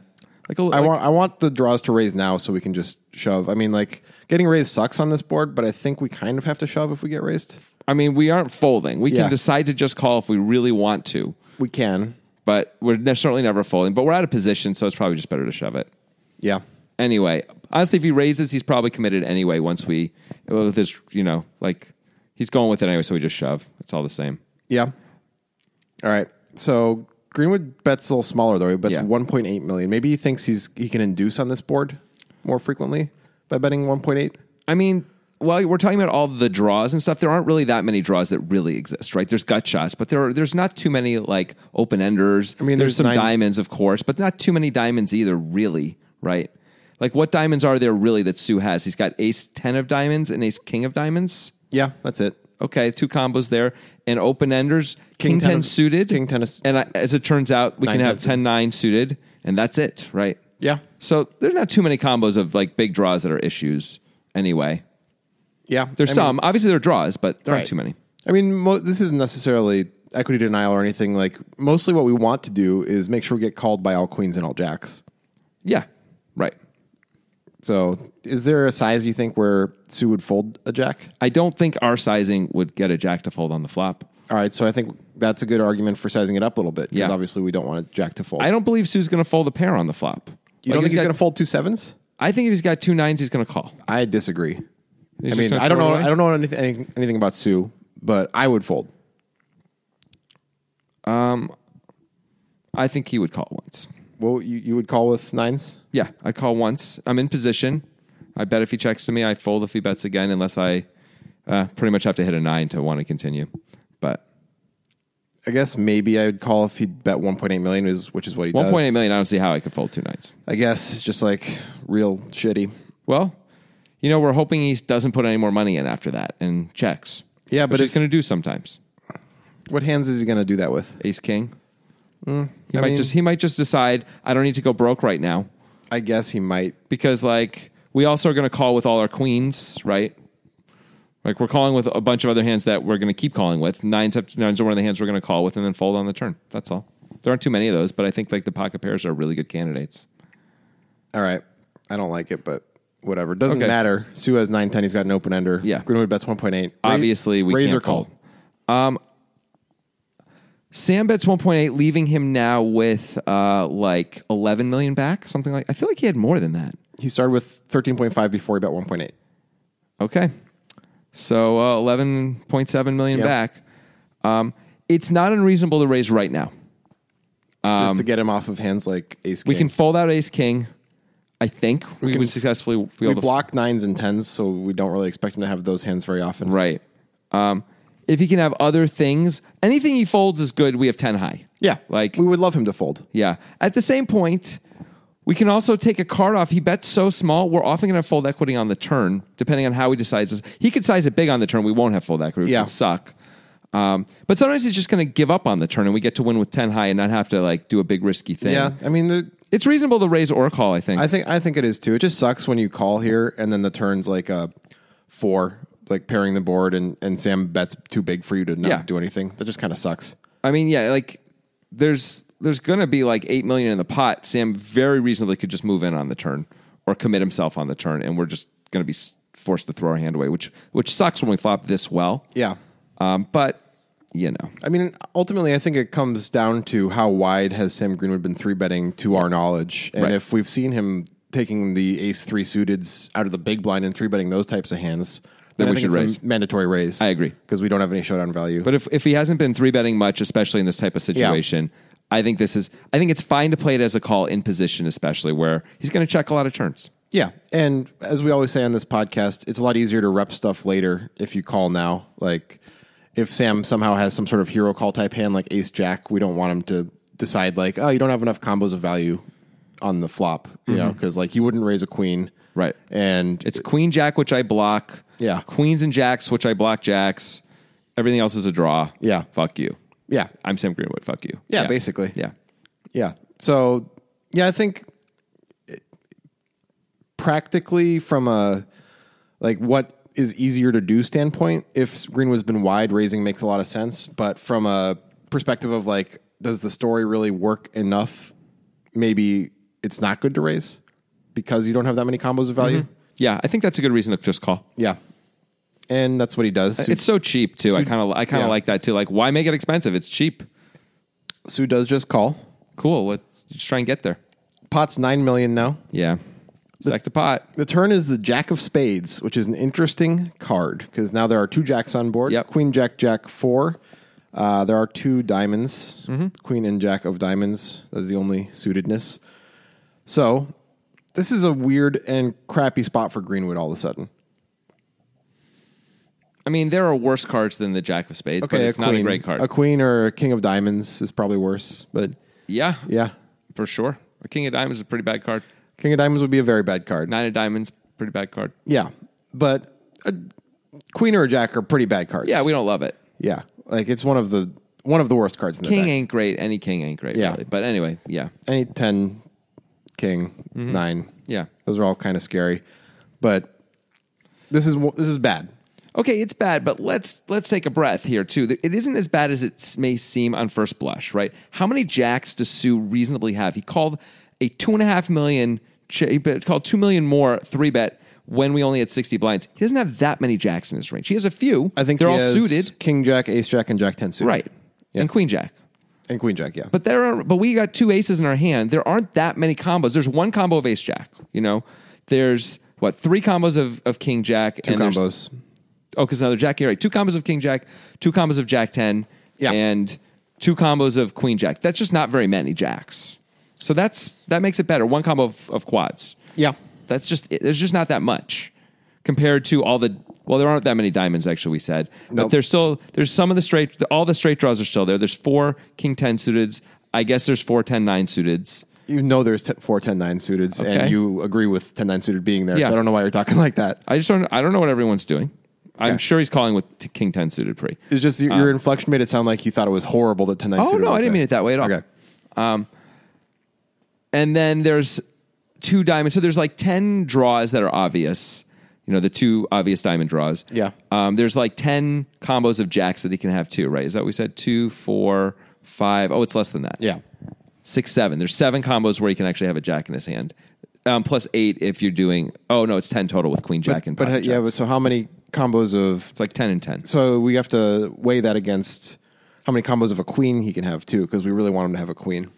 like a,
I
like-
want I want the draws to raise now so we can just shove. I mean like getting raised sucks on this board, but I think we kind of have to shove if we get raised.
I mean, we aren't folding. We
Yeah.
can decide to just call if we really want to,
We can.
but we're ne- certainly never folding. But we're out of position, so it's probably just better to shove it.
Yeah.
Anyway, honestly, if he raises, he's probably committed anyway. Once we with his, you know, like he's going with it anyway, so we just shove. It's all the same.
Yeah. All right. So Greenwood bets a little smaller though. He bets
Yeah.
1.8 million. Maybe he thinks he's he can induce on this board more frequently by betting 1.8.
I mean, while we're talking about all the draws and stuff, there aren't really that many draws that really exist, right? There's gut shots, but there are, there's not too many like open enders. I
mean,
there's,
there's
some
nine-
diamonds, of course, but not too many diamonds either, really, right? Like, what diamonds are there really that Sue has? He's got ace 10 of diamonds and ace king of diamonds.
Yeah, that's it.
Okay, two combos there. And open enders, king,
King
10,
10 of-
suited.
King 10 is-
And I, as it turns out, we
Nine
can have
10
10 9 suited, and that's it, right?
Yeah.
So there's not too many combos of like big draws that are issues anyway.
Yeah.
There's
I mean-
some. Obviously, there are draws, but there aren't
Right.
too many.
I mean, mo- this isn't necessarily equity denial or anything. Like, mostly what we want to do is make sure we get called by all queens and all jacks.
Yeah, right.
So, is there a size you think where Sue would fold a jack?
I don't think our sizing would get a jack to fold on the flop.
All right, so I think that's a good argument for sizing it up a little bit because
Yeah.
obviously we don't want a jack to fold.
I don't believe Sue's going to fold a pair on the flop.
you don't
Like,
think he's
got-
going to fold two sevens?
I think if he's got two nines, he's going to call.
I disagree.
He's
I
just
mean,
gonna
I don't
throw it
know.
away?
I don't know anything anything about Sue, but I would fold.
I think he would call once.
Well, you, you would call with nines.
Yeah, I call once. I'm in position. I bet if he checks to me, I fold if he bets again, unless I uh, pretty much have to hit a nine to want to continue. But
I guess maybe I would call if he bet one point eight million, is which is what he does.
1.8 million, I don't see how I could fold two nines.
I guess it's just like real shitty.
Well, you know, we're hoping he doesn't put any more money in after that and checks.
Yeah,
Which
but
he's
if-
going to do sometimes.
What hands is he going to do that with?
Ace King. He
I
might
mean-
just he might just decide I don't need to go broke right now
I guess he might.
because like we also are going to call with all our queens, right? Like we're calling with a bunch of other hands that we're going to keep calling with. Nines up nines are one of the hands we're going to call with and then fold on the turn. That's all. There aren't too many of those, but I think like the pocket pairs are really good candidates.
All right. I don't like it, but whatever. Doesn't
Okay.
matter. Sue has 910. He's got an open ender.
Yeah.
Greenwood bets 1.8.
Obviously, we
razor
can't fold. Um, Sam bets 1.8, leaving him now with uh, like 11 million back, something like. I feel like he had more than that.
He started with 13.5 before he bet 1.8.
Okay. So uh, 11.7 million
Yep.
back. Um, it's not unreasonable to raise right now.
just to get him off of hands like ace
Um, We can
king.
fold out ace king. I think we,
can
would successfully be
we
able to
block nines and tens, so we don't really expect him to have those hands very often.
right. Um, if he can have other things, anything he folds is good. We have 10 high.
Yeah.
Like
we would love him to fold.
Yeah. At the same point, we can also take a card off. He bets so small, we're often going to fold equity on the turn, depending on how he decides. this. He could size it big on the turn. We won't have fold equity, which
Yeah.
would suck. Um, but sometimes he's just going to give up on the turn, and we get to win with ten high and not have to like do a big risky thing.
Yeah. I mean, there,
It's reasonable to raise or call. I think.
I think I think it is too. It just sucks when you call here and then the turn's like a four, like pairing the board, and, and Sam bets too big for you to not
Yeah.
do anything. That just kind of sucks.
I mean, yeah, like there's there's going to be like eight million in the pot. Sam very reasonably could just move in on the turn or commit himself on the turn, and we're just going to be s- forced to throw our hand away, which which sucks when we flop this well.
Yeah.
Um, but you know,
I mean, ultimately, I think it comes down to how wide has Sam Greenwood been three betting to our knowledge, and
Right.
if we've seen him taking the ace three suiteds out of the big blind and three betting those types of hands, then,
Then
I
we
think
should
it's a
raise.
mandatory raise.
I agree.
because we don't have any showdown value.
but if if he hasn't been three betting much, especially in this type of situation, I think this is I think it's fine to play it as a call in position, especially where he's going to check a lot of turns.
yeah, and as we always say on this podcast, it's a lot easier to rep stuff later if you call now. Like if Sam somehow has some sort of hero call type hand like ace jack, we don't want him to decide like, oh, you don't have enough combos of value on the flop, you know, because like you wouldn't raise a queen.
Right.
And
It's queen jack, which I block.
Yeah.
Queens and jacks, which I block jacks. Everything else is a draw.
Yeah.
Fuck you.
yeah,
I'm Sam Greenwood. Fuck you.
Yeah, basically.
Yeah.
Yeah. So, yeah, I think it- practically from a like what is easier to do standpoint, if Greenwood's been wide, raising makes a lot of sense. But from a perspective of like, does the story really work enough? Maybe it's not good to raise because you don't have that many combos of value.
Yeah. I think that's a good reason to just call.
Yeah. And that's what he does. Sue,
It's so cheap too. I kind of I kind of
yeah.
like that too. Like, why make it expensive? It's cheap.
Sue does just call.
Cool. Let's just try and get there.
Pot's 9 million now.
Yeah. Sack the pot.
The turn is the Jack of Spades, which is an interesting card because now there are two jacks on board.
Yep.
Queen, Jack, Jack, four. Uh, there are two diamonds,
Mm-hmm.
Queen and Jack of diamonds. That's the only suitedness. So this is a weird and crappy spot for Greenwood all of a sudden.
I mean, there are worse cards than the Jack of Spades, but it's not a great card.
A Queen or a King of diamonds is probably worse, but
yeah,
yeah.
for sure. A King of Diamonds is a pretty bad card.
King of diamonds would be a very bad card.
Nine of Diamonds, pretty bad card.
yeah. But a Queen or a Jack are pretty bad cards.
Yeah, we don't love it.
Yeah, like it's one of the one of the worst cards in the
King
deck.
ain't great. Any King ain't great.
Yeah.
Really. But anyway, yeah,
Any ten, king,
Mm-hmm.
nine.
yeah.
those are all kind of scary, but this is wo- this is bad.
Okay, it's bad, but let's let's take a breath here too. It isn't as bad as it s- may seem on first blush, right? How many jacks does Sue reasonably have? He called a two and a half million, ch- he bet- called two million more three bet when we only had sixty blinds. He doesn't have that many jacks in his range. He has a few.
I think
they're
he
all
has
suited,
King Jack, Ace Jack, and Jack Ten suited.
right?
Yeah.
And Queen Jack.
and Queen Jack. Yeah,
But there are but we got two aces in our hand. There aren't that many combos. There's one combo of ace jack, you know. There's what, three combos of, of king jack
two
and there's-
combos.
Oh, because another jack. You're right. Two combos of king jack, two combos of jack ten,
Yeah.
and two combos of queen jack. That's just not very many jacks. So that's that makes it better. One combo of, of quads.
Yeah,
That's just it. there's just not that much compared to all the well, there aren't that many diamonds actually. We said, but
Nope.
there's still there's some of the straight all the straight draws are still there. There's four king ten suiteds. I guess there's four ten nine suiteds.
you know there's t- four ten nine suiteds,
Okay.
and you agree with ten nine suited being there.
Yeah.
So I don't know why you're talking like that.
I just don't I don't know what everyone's doing. I'm
Okay.
sure he's calling with t- king ten suited pre.
It's just your, your inflection made it sound like you thought it was horrible that ten nine.
Uh. Oh
suited
no,
was
I didn't
there.
mean it that way at all.
Okay,
and then there's two diamonds. So there's like ten draws that are obvious. You know, the two obvious diamond draws.
Yeah.
Um, there's like ten combos of jacks that he can have too, right? Is that what we said? Two, four, five. Oh, it's less than that.
yeah,
Six, seven. There's seven combos where he can actually have a jack in his hand. Um, plus eight if you're doing. Oh no, it's ten total with queen jack and.
but uh,
pocket
yeah,
jacks.
but so how many combos of
it's like ten and ten.
So we have to weigh that against how many combos of a queen he can have too, because we really want him to have a queen.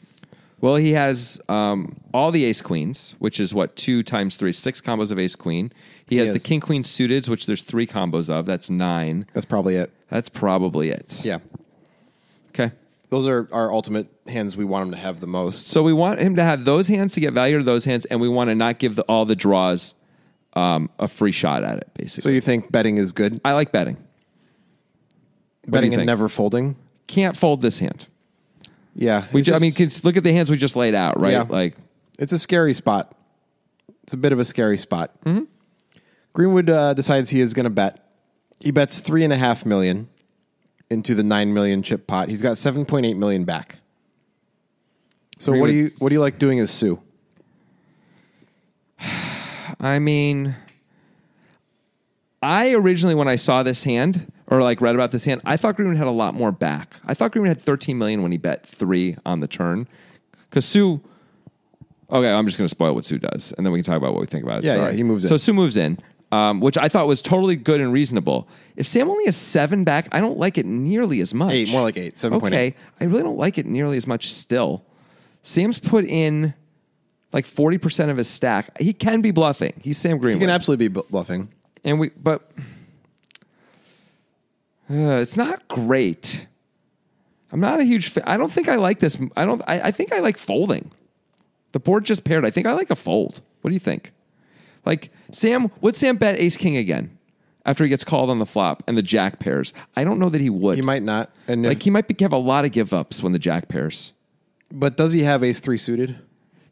Well, he has um, all the ace queens, which is what two times three, six combos of ace queen. He has
Yes.
the king queen suiteds, which there's three combos of. That's nine.
That's probably it.
That's probably it.
Yeah,
Okay.
those are our ultimate hands we want him to have the most.
So we want him to have those hands to get value to those hands, and we want to not give the, all the draws um, a free shot at it. Basically,
So you think betting is good?
I like betting.
betting and
think?
never folding.
Can't fold this hand.
Yeah,
We
it's
ju- I mean,
just-
'cause look at the hands we just laid out, right?
Yeah.
Like,
it's a scary spot. It's a bit of a scary spot.
Mm-hmm.
Greenwood uh, decides he is going to bet. He bets three and a half million into the nine million chip pot. He's got seven point eight million back. So what do you
Greenwood's-
what do you like doing as Sue?
I mean, I originally when I saw this hand or like read about this hand, I thought Greenwood had a lot more back. I thought Greenwood had 13 million when he bet three on the turn because Sue. Okay, I'm just going to spoil what Sue does, and then we can talk about what we think about it.
Yeah,
Sorry.
yeah, he moves in.
So Sue moves in, um, which I thought was totally good and reasonable. If Sam only has seven back, I don't like it nearly as much.
Eight, more like eight, 7.8.
Okay, I really don't like it nearly as much still. Sam's put in like 40% of his stack. He can be bluffing. He's Sam
You
Greenwood.
can absolutely be bl- bluffing.
and we but Uh, it's not great. I'm not a huge fan. I don't think I like this. I don't I, I think I like folding. The board just paired. I think I like a fold. What do you think? Like Sam, would Sam bet ace king again after he gets called on the flop and the jack pairs? I don't know that he would.
He might not. And if-
like he might be, have a lot of give ups when the jack pairs.
but does he have ace three suited?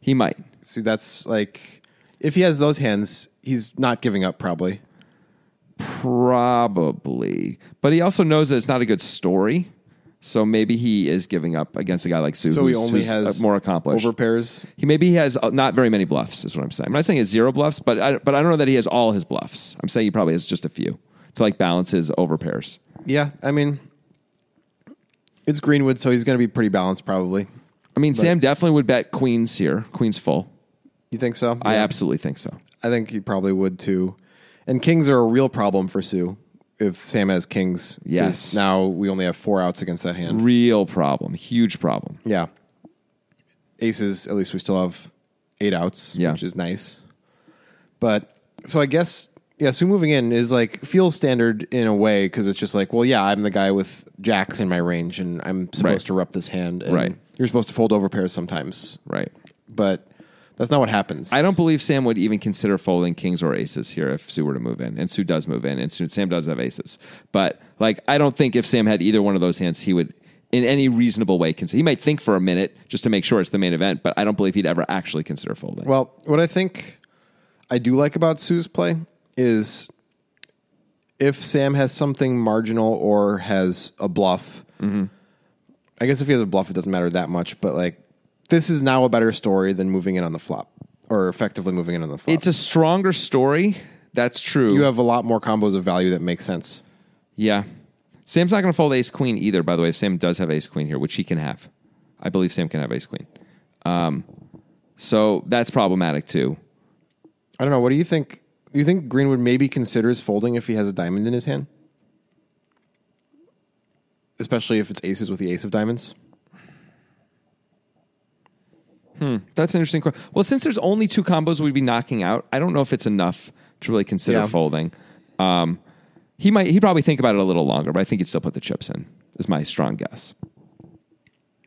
He might.
See, that's like If he has those hands, he's not giving up probably.
Probably. But he also knows that it's not a good story. So maybe he is giving up against a guy like Sue,
So he
who's-
only
who's, uh,
has
more accomplished.
Over pairs.
he maybe he has uh, not very many bluffs, is what I'm saying. I'm not saying it's zero bluffs, but I, but I don't know that he has all his bluffs. I'm saying he probably has just a few to like balance his overpairs.
Yeah, I mean, it's Greenwood, so he's going to be pretty balanced probably.
I mean, Sam definitely would bet queens here, queens full.
You think so?
I
Yeah.
absolutely think so.
I think he probably would too. And kings are a real problem for Sue if Sam has kings. 'cause
Yes.
Now we only have four outs against that hand.
Real problem, huge problem.
Yeah. Aces, at least we still have eight outs,
Yeah.
which is nice. But so I guess, yeah, Sue moving in is like feels standard in a way because it's just like, well, yeah, I'm the guy with jacks in my range and I'm supposed
Right.
to rep this hand. And
Right.
You're supposed to fold over pairs sometimes,
Right.
but that's not what happens.
I don't believe Sam would even consider folding kings or aces here if Sue were to move in, and Sue does move in, and Sue, Sam does have aces. But like, I don't think if Sam had either one of those hands, he would, in any reasonable way, consider. He might think for a minute just to make sure it's the main event, but I don't believe he'd ever actually consider folding.
Well, what I think I do like about Sue's play is if Sam has something marginal or has a bluff. I guess if he has a bluff, it doesn't matter that much. But like, this is now a better story than moving in on the flop or effectively moving in on the flop.
it's a stronger story. That's true.
you have a lot more combos of value that make sense.
yeah. Sam's not going to fold ace queen either. By the way, if Sam does have ace queen here, which he can have, I believe Sam can have ace queen. Um, so that's problematic too.
I don't know. What do you think? Do you think Greenwood maybe considers folding if he has a diamond in his hand? Especially if it's aces with the ace of diamonds.
That's an interesting question. Well, since there's only two combos we'd be knocking out, I don't know if it's enough to really consider
Yeah.
folding. Um, he might. He probably think about it a little longer, but I think he'd still put the chips in. Is my strong guess.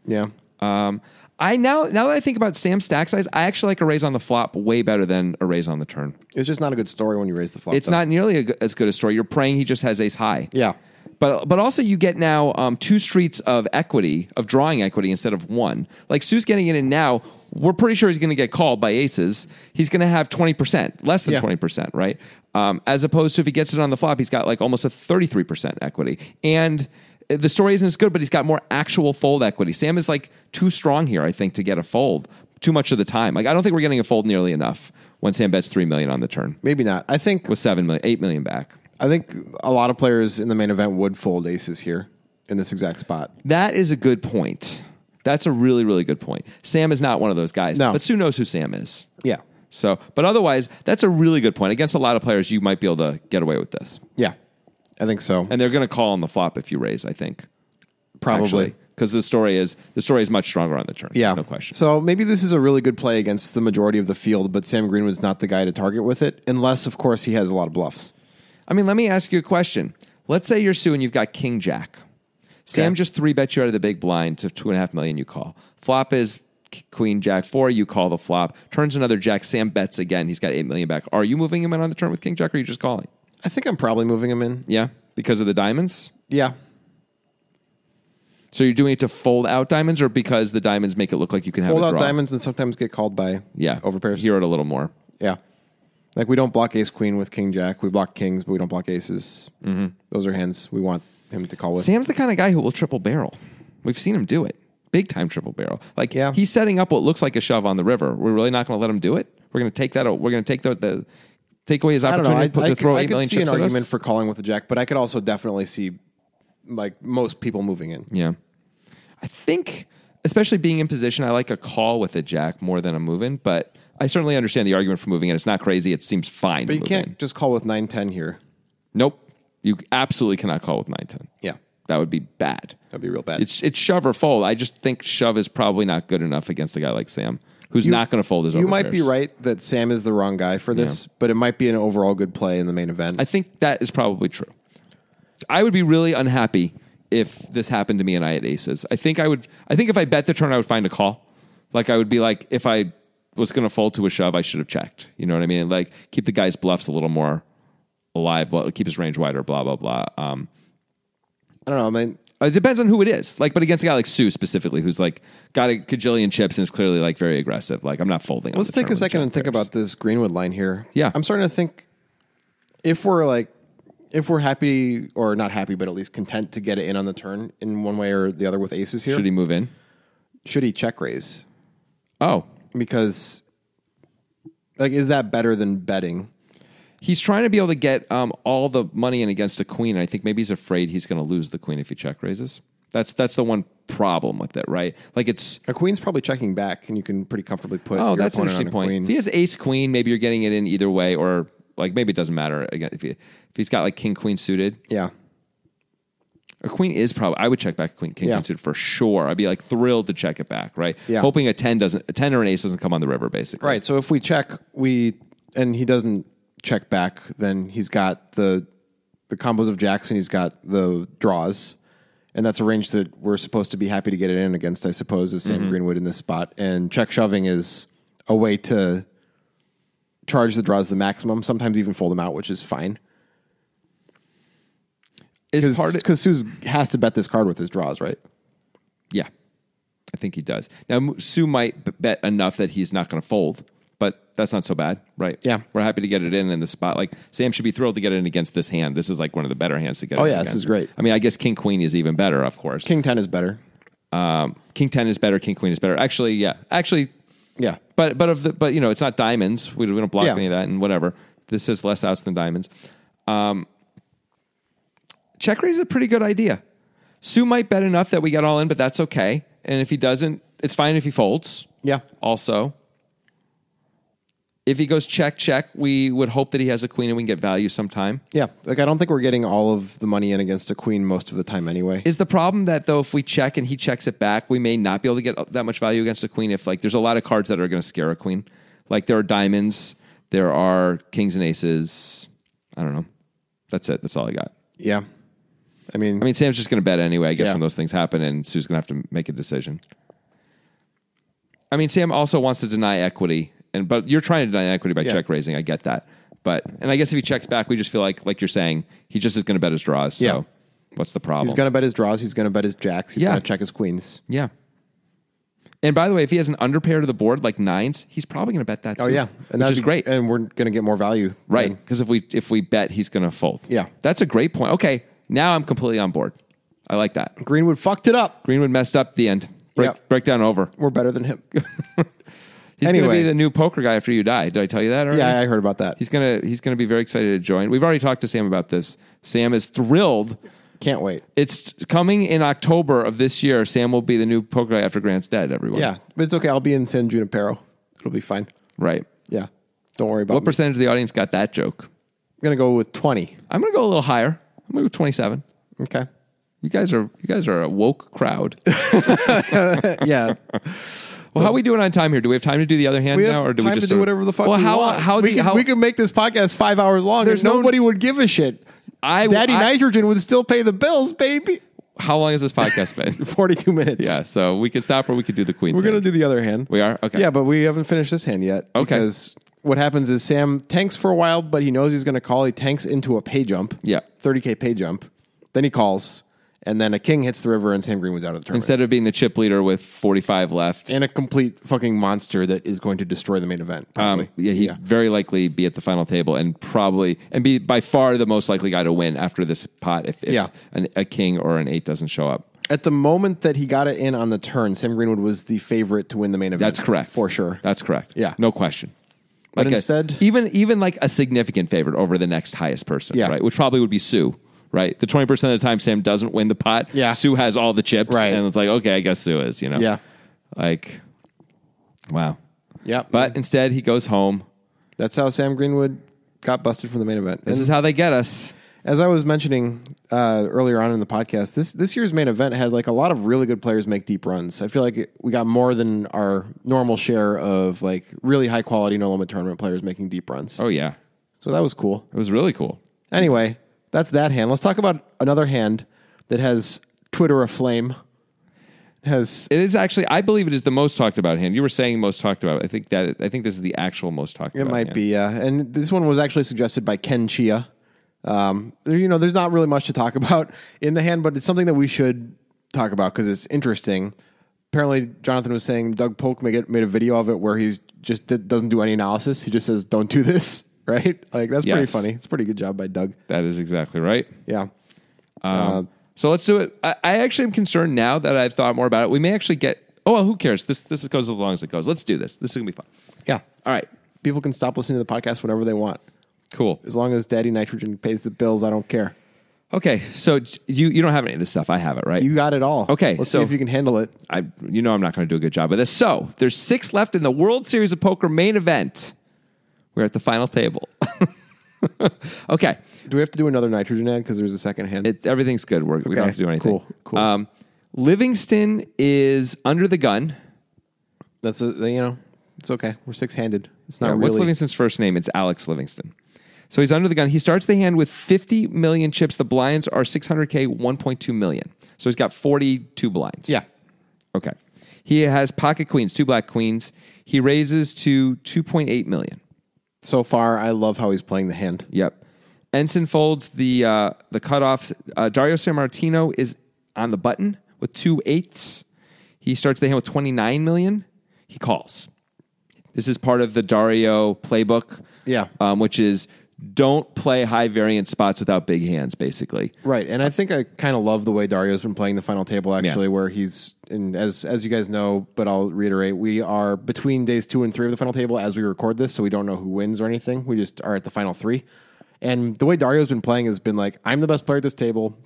Yeah.
Um, I now now that I think about Sam's stack size, I actually like a raise on the flop way better than a raise on the turn.
It's just not a good story when you raise the flop.
It's
though.
not nearly a, g- as good a story. You're praying he just has ace high.
Yeah.
But but also you get now um, two streets of equity of drawing equity instead of one. Like Sue's getting it in now. We're pretty sure he's going to get called by aces. He's going to have twenty percent, less than
Yeah.
twenty percent, right? Um, as opposed to if he gets it on the flop, he's got like almost a thirty-three percent equity. And the story isn't as good, but he's got more actual fold equity. Sam is like too strong here, I think, to get a fold too much of the time. Like I don't think we're getting a fold nearly enough when Sam bets three million on the turn
Maybe not. I think
with seven million, eight million back.
I think a lot of players in the main event would fold aces here in this exact spot.
That is a good point. That's a really, really good point. Sam is not one of those guys,
No.
but Sue knows who Sam is.
Yeah.
So, but otherwise, that's a really good point. Against a lot of players, you might be able to get away with this,
Yeah. I think so.
and they're going to call on the flop if you raise. I think
Probably.
because the story is the story is much stronger on the turn.
Yeah.
no question.
So maybe this is a really good play against the majority of the field, but Sam Greenwood's not the guy to target with it, unless of course he has a lot of bluffs.
I mean, let me ask you a question. Let's say you're Sue and you've got King Jack. Sam
Okay.
just three bets you out of the big blind to two and a half million. You call. Flop is K- Queen Jack four. You call the flop. Turns another Jack. Sam bets again. He's got eight million back. Are you moving him in on the turn with King Jack? or Are you just calling?
I think I'm probably moving him in.
Yeah, because of the diamonds.
Yeah.
So you're doing it to fold out diamonds, or because the diamonds make it look like you can
Fold
have a
out
draw?
diamonds and sometimes get called by
Yeah,
overpairs.
Hear it a little more.
Yeah. Like we don't block ace queen with king jack. We block kings, but we don't block aces. Mm-hmm. Those are hands we want him to call with.
Sam's the kind of guy who will triple barrel. We've seen him do it. Big time triple barrel. Like
Yeah.
he's setting up what looks like a shove on the river. We're really not going to let him do it. We're going to take that. We're going to take the, the take away his
I don't know.
opportunity
I,
to, put-
I
to
could-
throw
I
eight million
could see an
chips at
argument
us.
for calling with the jack, but I could also definitely see like most people moving in.
yeah, I think especially being in position, I like a call with a jack more than a move in. But I certainly understand the argument for moving in. It's not crazy. It seems fine.
But you can't just call with nine ten here.
Nope. You absolutely cannot call with nine ten.
Yeah,
That would be bad.
that'd be real bad.
It's it's shove or fold. I just think shove is probably not good enough against a guy like Sam, who's not going to fold his.
you might be
overpairs.
right that Sam is the wrong guy for this, but it might be an overall good play in the main event.
I think that is probably true. I would be really unhappy if this happened to me and I had aces. I think I would. I think if I bet the turn, I would find a call. Like I would be like, if I was going to fold to a shove, I should have checked. You know what I mean? Like keep the guy's bluffs a little more alive, blah- keep his range wider, blah blah blah. Um,
I don't know. I mean,
Uh, It depends on who it is. Like, but against a guy like Sue specifically, who's like got a cajillion chips and is clearly like very aggressive. Like, I'm not folding. on
Let's
the
take a
tournament
second and think
players.
about this Greenwood line here.
Yeah.
I'm starting to think if we're like, if we're happy or not happy, but at least content to get it in on the turn in one way or the other with aces here,
Should he move in?
should he check raise?
Oh,
Because, like, is that better than betting?
he's trying to be able to get um, all the money in against a queen. I think maybe he's afraid he's going to lose the queen if he check raises. That's that's the one problem with it, right? Like it's
A queen's probably checking back, and you can pretty comfortably put.
oh,
your
that's an
opponent
interesting
on a
point.
queen.
If he has ace queen, maybe you're getting it in either way, or like maybe it doesn't matter again if he if he's got like king queen suited.
Yeah,
A queen is probably. I would check back queen king
Yeah.
queen suited for sure. I'd be like thrilled to check it back, right?
Yeah.
Hoping a ten doesn't a ten or an ace doesn't come on the river, basically.
right. So if we check, we and he doesn't check back, then he's got the the combos of jacks and he's got the draws, and that's a range that we're supposed to be happy to get it in against. I suppose is Sam
Mm-hmm.
Greenwood in this spot, and check shoving is a way to charge the draws the maximum. Sometimes even fold them out, which is fine
Is part
because Sue's has to bet this card with his draws, right?
Yeah, I think he does. Now M- Sue might b- bet enough that he's not going to fold, but that's not so bad, right?
Yeah.
we're happy to get it in in the spot. Like Sam should be thrilled to get it in against this hand. This is like one of the better hands to get.
Oh,
it in
yeah, this
against.
is great.
I mean, I guess King Queen is even better, of course. King,
King ten is better.
um, King Ten is better. King Queen is better. Actually, yeah, actually,
Yeah,
but but of the but you know it's not diamonds. We, don't- we don't block
Yeah.
any of that and whatever. This is less outs than diamonds. Um, check raise is a pretty good idea. Sue might bet enough that we get all in, but that's okay. And if he doesn't, it's fine if he folds.
yeah.
Also, if he goes check check, we would hope that he has a queen and we can get value sometime.
Yeah, like I don't think we're getting all of the money in against a queen most of the time anyway.
Is the problem that though if we check and he checks it back, we may not be able to get that much value against a queen if like there's a lot of cards that are going to scare a queen. Like there are diamonds, there are kings and aces. I don't know. That's it. That's all I got.
yeah. I mean,
I mean, Sam's just going to bet anyway. I guess
Yeah.
when those things happen, and Sue's going to have to make a decision. I mean, Sam also wants to deny equity, and but you're trying to deny equity by
Yeah.
check raising. I get that, but and I guess if he checks back, we just feel like like you're saying he just is going to bet his draws. So
Yeah.
what's the problem?
he's going to bet his draws, he's going to bet his jacks, he's
Yeah.
going to check his queens.
Yeah. And by the way, if he has an underpair to the board like nines, he's probably going to bet that. Too,
Oh yeah,
and which
that'd
is
be-
great,
And we're going to get more value,
right?
than-
Because if we if we bet, he's going to fold.
Yeah.
that's a great point. Okay, now I'm completely on board. I like that.
Greenwood fucked it up.
Greenwood messed up the end. Break,
Yeah.
Breakdown over.
We're better than him.
He's going
Anyway.
to be the new poker guy after you die. Did I tell you that? Already?
yeah, I heard about that.
He's gonna he's gonna be very excited to join. We've already talked to Sam about this. Sam is thrilled.
Can't wait.
It's coming in October of this year. Sam will be the new poker guy after Grant's dead. Everyone.
Yeah, but it's okay. I'll be in San Junipero. It'll be fine.
Right.
Yeah, don't worry about.
What
me.
percentage of the audience got that joke?
I'm going to go with twenty.
I'm gonna go a little higher. I'm gonna go 27.
Okay.
You guys are you guys are a woke crowd.
yeah,
Well, how are we doing on time here? Do we have time to do the other hand
we have
now, or do
time
we just
to do
sort of-
whatever the fuck.
Well,
we
how
want.
how
we
do you-
could,
how
we could make this podcast five hours long. There's
no-
nobody would give a shit.
I-
Daddy
I-
Nitrogen would still pay the bills, baby.
how long has this podcast been?
42 minutes.
yeah, so we could stop or we could do the queen's.
We're going
hand.
to do the other hand.
We are? Okay.
Yeah, but we haven't finished this hand yet.
Okay.
Because what happens is Sam tanks for a while, but he knows he's going to call. He tanks into a pay jump.
Yeah.
30K pay jump. Then he calls, and then a king hits the river, and Sam Greenwood's out of the tournament.
instead of being the chip leader with 45 left.
and a complete fucking monster that is going to destroy the main event. Probably.
Um, yeah, he'd
yeah.
very likely be at the final table and probably and be by far the most likely guy to win after this pot if, if
Yeah.
an, a king or an eight doesn't show up.
At the moment that he got it in on the turn, Sam Greenwood was the favorite to win the main event.
That's correct
For sure.
That's correct.
Yeah.
no question.
But
Like a-
instead-
even even like a significant favorite over the next highest person,
Yeah.
right? Which probably would be Sue, right? The twenty percent of the time Sam doesn't win the pot,
Yeah.
Sue has all the chips,
Right.
And it's like, okay, I guess Sue is, you know,
Yeah.
Like, wow.
Yeah.
But instead, he goes home.
that's how Sam Greenwood got busted from the main event.
This
And-
is how they get us.
As I was mentioning uh, earlier on in the podcast, this this year's main event had like a lot of really good players make deep runs. I feel like it- we got more than our normal share of like really high quality no limit tournament players making deep runs.
Oh yeah,
So that was cool.
it was really cool.
Anyway, that's that hand. Let's talk about another hand that has Twitter aflame. Has
It is actually, I believe it is the most talked about hand. You were saying most talked about. I think that I think this is the actual most talked
it
about.
might
hand.
be uh, and this one was actually suggested by Ken Chia Um, there- you know, there's not really much to talk about in the hand, but it's something that we should talk about because it's interesting. Apparently, Jonathan was saying Doug Polk made, it, made a video of it where he's just d- doesn't do any analysis. He just says, "Don't do this." Right? Like that's
Yes.
pretty funny. It's a pretty good job by Doug.
That is exactly right.
Yeah.
Um, so let's do it. I, I actually am concerned now that I've thought more about it. We may actually get. Oh well, who cares? This this goes as long as it goes. Let's do this. This is gonna be fun.
Yeah.
All right,
People can stop listening to the podcast whenever they want.
cool.
As long as Daddy Nitrogen pays the bills, I don't care.
Okay, so j- you you don't have any of this stuff. I have it right.
You got it all.
Okay,
Let's
so-
see if you can handle it.
I you know I'm not going to do a good job of this. So there's six left in the World Series of Poker main event. We're at the final table. okay,
Do we have to do another nitrogen ad because there's a second hand?
It's everything's good. We're, We don't
Okay,
have to do anything.
cool, cool.
Um, Livingston is under the gun.
That's a, you know, it's okay. We're six handed. It's not
Yeah,
really.
What's Livingston's first name? It's Alex Livingston. So he's under the gun. He starts the hand with 50 million chips. The blinds are 600K, 1.2 million. So he's got 42 blinds.
Yeah.
Okay. He has pocket queens, two black queens. He raises to 2.8 million.
So far, I love how he's playing the hand.
Yep. Ensign folds the uh, the cutoff. Uh, Dario Sammartino is on the button with two eighths. He starts the hand with 29 million. He calls. This is part of the Dario playbook.
Yeah.
Um, which is don't play high variance spots without big hands, basically.
Right, and I think I kind of love the way Dario's been playing the final table. Actually, where he's and as as you guys know, but I'll reiterate, we are between days two and three of the final table as we record this, so we don't know who wins or anything. We just are at the final three, and the way Dario's been playing has been like, I'm the best player at this table.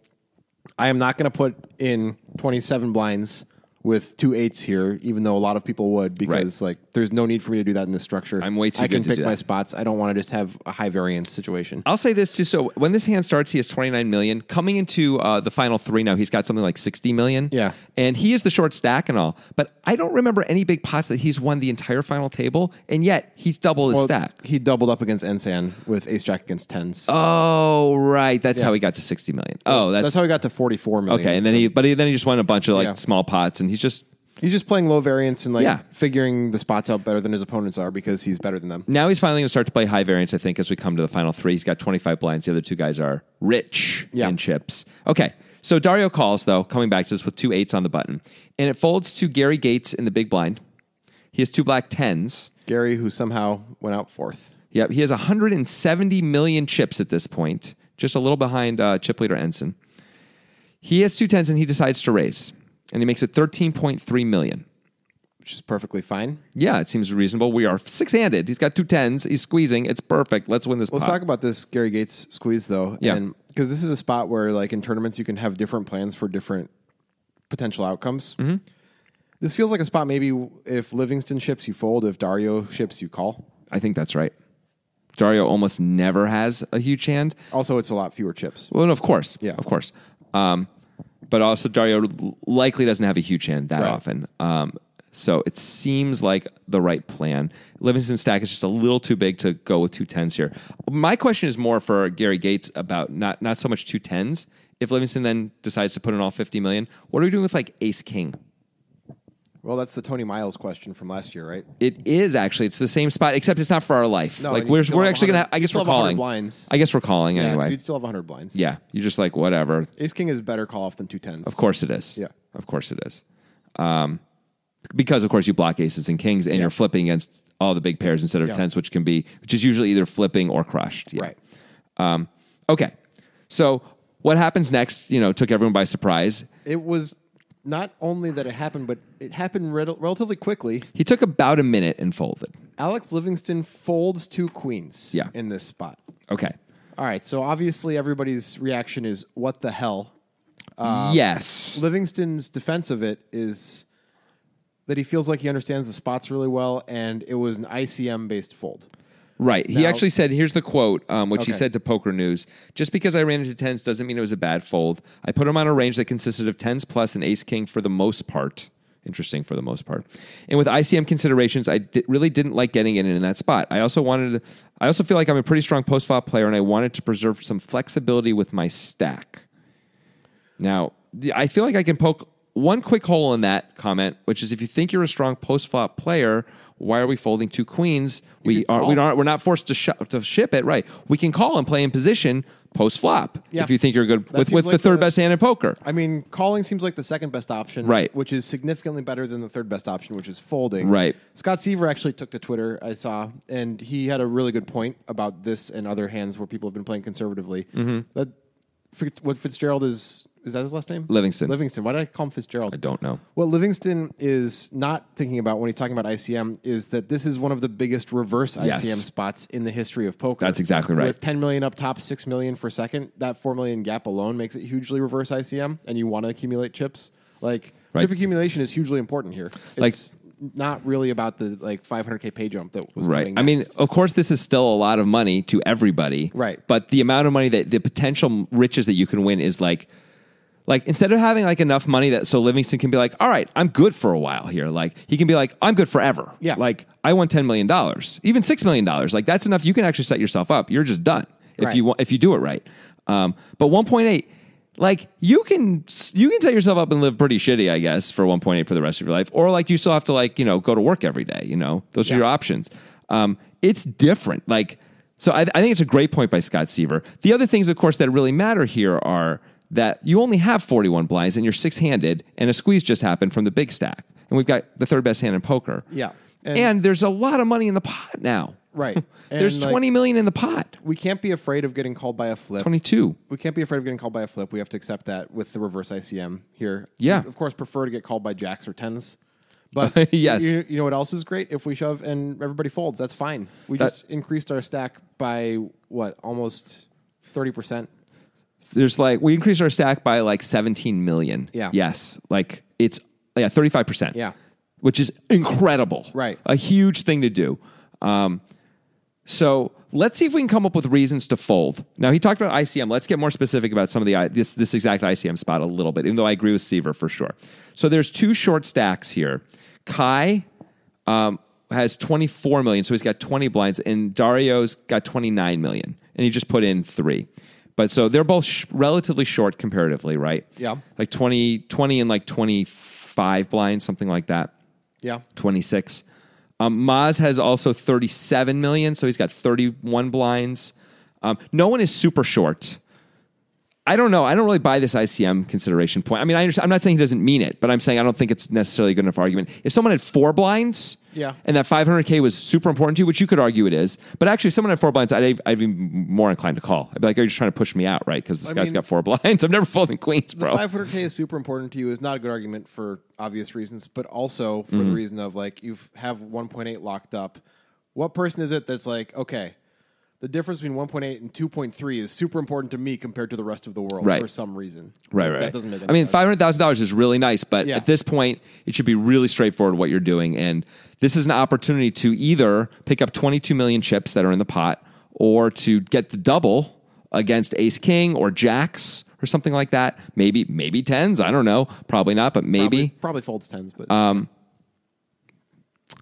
I am not going to put in 27 blinds with two eights here, even though a lot of people would, because like there's no need for me to do that in this structure.
I'm way too
I can
good to
pick
do
my
that.
spots. I don't want to just have a high variance situation.
I'll say this too. So when this hand starts, he has 29 million. Coming into uh, the final three now, he's got something like 60 million.
Yeah.
And he is the short stack and all. But I don't remember any big pots that he's won the entire final table, and yet he's double his
Well,
stack.
He doubled up against Ensan with ace jack against tens.
Oh, right. That's how he got to 60 million. Oh, that's,
That's how he got to 44 million.
okay. And then he, but he, then he just won a bunch of like
Yeah.
small pots, and he's just
He's just playing low variance and like
Yeah.
figuring the spots out better than his opponents are because he's better than them.
now he's finally going to start to play high variance. I think as we come to the final three, he's got 25 blinds. The other two guys are rich
Yeah.
in chips. Okay. So Dario calls though, coming back to this with two eights on the button, and it folds to Gary Gates in the big blind. He has two black tens.
Gary, who somehow went out fourth.
Yep, he has 170 million chips at this point, just a little behind uh, chip leader Ensign. He has two tens and he decides to raise, and he makes it 13.3 million.
Which is perfectly fine.
Yeah, it seems reasonable. We are six handed. He's got two tens. He's squeezing. It's perfect. Let's win this
Let's
pot.
talk about this Gary Gates squeeze though.
Yeah.
Because this is a spot where like in tournaments you can have different plans for different potential outcomes.
Mm-hmm.
This feels like a spot maybe if Livingston ships you fold, if Dario ships you call.
I think that's right. Dario almost never has a huge hand.
Also, it's a lot fewer chips.
Well, of course.
Yeah.
Of course. Um, but also, Dario l- likely doesn't have a huge hand that
Right.
often. Um, so it seems like the right plan. Livingston stack is just a little too big to go with two tens here. My question is more for Gary Gates about not, not so much two tens. If Livingston then decides to put in all 50 million, what are we doing with like ace king?
Well, that's the Tony Miles question from last year, right?
It is actually. It's the same spot, except it's not for our life.
No,
like
and you
we're,
still
we're
have
actually gonna.
100
I guess
still
we're
have 100
calling
blinds.
I guess we're calling
Yeah, 'cause
anyway.
you'd still have 100 blinds.
yeah, you're just like whatever.
Ace King is better call off than two tens.
Of course it is.
Yeah.
Of course it is. Um, because of course you block aces and kings, and you're flipping against all the big pairs instead of
Yeah.
tens, which can be which is usually either flipping or crushed. Yeah.
Right.
Um, okay. So what happens next? You know, took everyone by surprise.
It was not only that it happened, but it happened rel- relatively quickly.
He took about a minute and folded.
Alex Livingston folds two queens
Yeah.
in this spot.
Okay.
All right, so obviously everybody's reaction is what the hell? Um,
yes.
Livingston's defense of it is that he feels like he understands the spots really well and it was an ICM based fold.
Right. he
Now-
actually said, here's the quote, um, which he
Okay.
said to Poker News Just because I ran into tens doesn't mean it was a bad fold. I put him on a range that consisted of tens plus and ace king for the most part. Interesting for the most part. And with ICM considerations, I di- really didn't like getting in in that spot. I also wanted to, I also feel like I'm a pretty strong post flop player and I wanted to preserve some flexibility with my stack. Now, the- I feel like I can poke one quick hole in that comment, which is if you think you're a strong post flop player, why are we folding two queens? We
could
are
call.
we aren't we're not forced to sh- to ship it, right? We can call and play in position, post flop.
Yeah.
If you think you're good with,
seems
with the
like
third
the-
best hand in poker.
I mean, calling seems like the second best option,
Right.
Which is significantly better than the third best option, which is folding,
Right.
Scott Seaver actually took to Twitter, I saw, and he had a really good point about this and other hands where people have been playing conservatively.
Mm-hmm.
That Fitz- what Fitzgerald is is that his last name?
Livingston.
Livingston. Why did I call him Fitzgerald?
I don't know.
What Livingston is not thinking about when he's talking about ICM is that this is one of the biggest reverse ICM
Yes.
spots in the history of poker.
That's exactly right.
With 10 million up top, 6 million for second, that 4 million gap alone makes it hugely reverse ICM, and you want to accumulate chips. Like,
Right.
chip accumulation is hugely important here.
Like-
It's not really about the like 500K pay jump that was
Right.
coming
I mean,
next.
of course, this is still a lot of money to everybody.
Right.
But the amount of money that the potential riches that you can win is like, like instead of having like enough money that so Livingston can be like, all right, I'm good for a while here. Like he can be like, I'm good forever.
Yeah.
Like I won ten million dollars, even six million dollars. Like that's enough. You can actually set yourself up. You're just done if
Right.
you want if you do it right. Um, but 1.8. Like you can you can set yourself up and live pretty shitty, I guess, for 1.8 for the rest of your life, or like you still have to like you know go to work every day. You know those are
Yeah.
your options. Um, it's different. Like, so I, I think it's a great point by Scott Seaver. The other things, of course, that really matter here are that you only have 41 blinds and you're six handed, and a squeeze just happened from the big stack. And we've got the third best hand in poker.
Yeah.
And,
And-
there's a lot of money in the pot now.
Right.
there's
And, like-
20 million in the pot,
we can't be afraid of getting called by a flip.
22.
we can't be afraid of getting called by a flip. We have to accept that with the reverse ICM here.
Yeah.
We, of course, prefer to get called by jacks or tens. But
Yes.
you, you know what else is great? If we shove and everybody folds, that's fine. We
That-
just increased our stack by what almost thirty percent.
There's like, we increased our stack by like 17 million.
Yeah.
Yes. Like, it's, yeah, 35%.
Yeah.
Which is incredible.
Right.
A huge thing to do. Um, So let's see if we can come up with reasons to fold. Now he talked about ICM. Let's get more specific about some of the I- this this exact ICM spot a little bit. Even though I agree with Seaver for sure. So there's two short stacks here. Kai um, has 24 million, so he's got 20 blinds, and Dario's got 29 million, and he just put in three. But so they're both sh- relatively short comparatively, right?
Yeah.
Like 20, 20 and like 25 blinds, something like that.
Yeah.
26. Um, Maz has also 37 million, so he's got 31 blinds. Um, no one is super short. I don't know. I don't really buy this ICM consideration point. I mean, I understand, I'm not saying he doesn't mean it, but I'm saying I don't think it's necessarily a good enough argument. If someone had four blinds,
Yeah.
and that 500k was super important to you, which you could argue it is, but actually, if someone had four blinds, I'd, I'd be more inclined to call. I'd be like, "Are you just trying to push me out, right? Because this
I
guy's
mean-
got four blinds. I'm never folding queens, bro."
Five hundred K is super important to you is not a good argument for obvious reasons, but also for
Mm-hmm.
the reason of like you have one point eight locked up. What person is it that's like, okay, the difference between one point eight and two point three is super important to me compared to the rest of the world
Right.
for some reason.
Right,
Like,
right.
That doesn't make any
I mean,
sense.
five hundred thousand dollars is really nice, but
Yeah.
at this point, it should be really straightforward what you're doing. And this is an opportunity to either pick up twenty-two million chips that are in the pot, or to get the double against Ace King or Jacks or something like that. Maybe, maybe tens. I don't know. Probably not, but maybe
Probably, probably folds tens, but
Uh,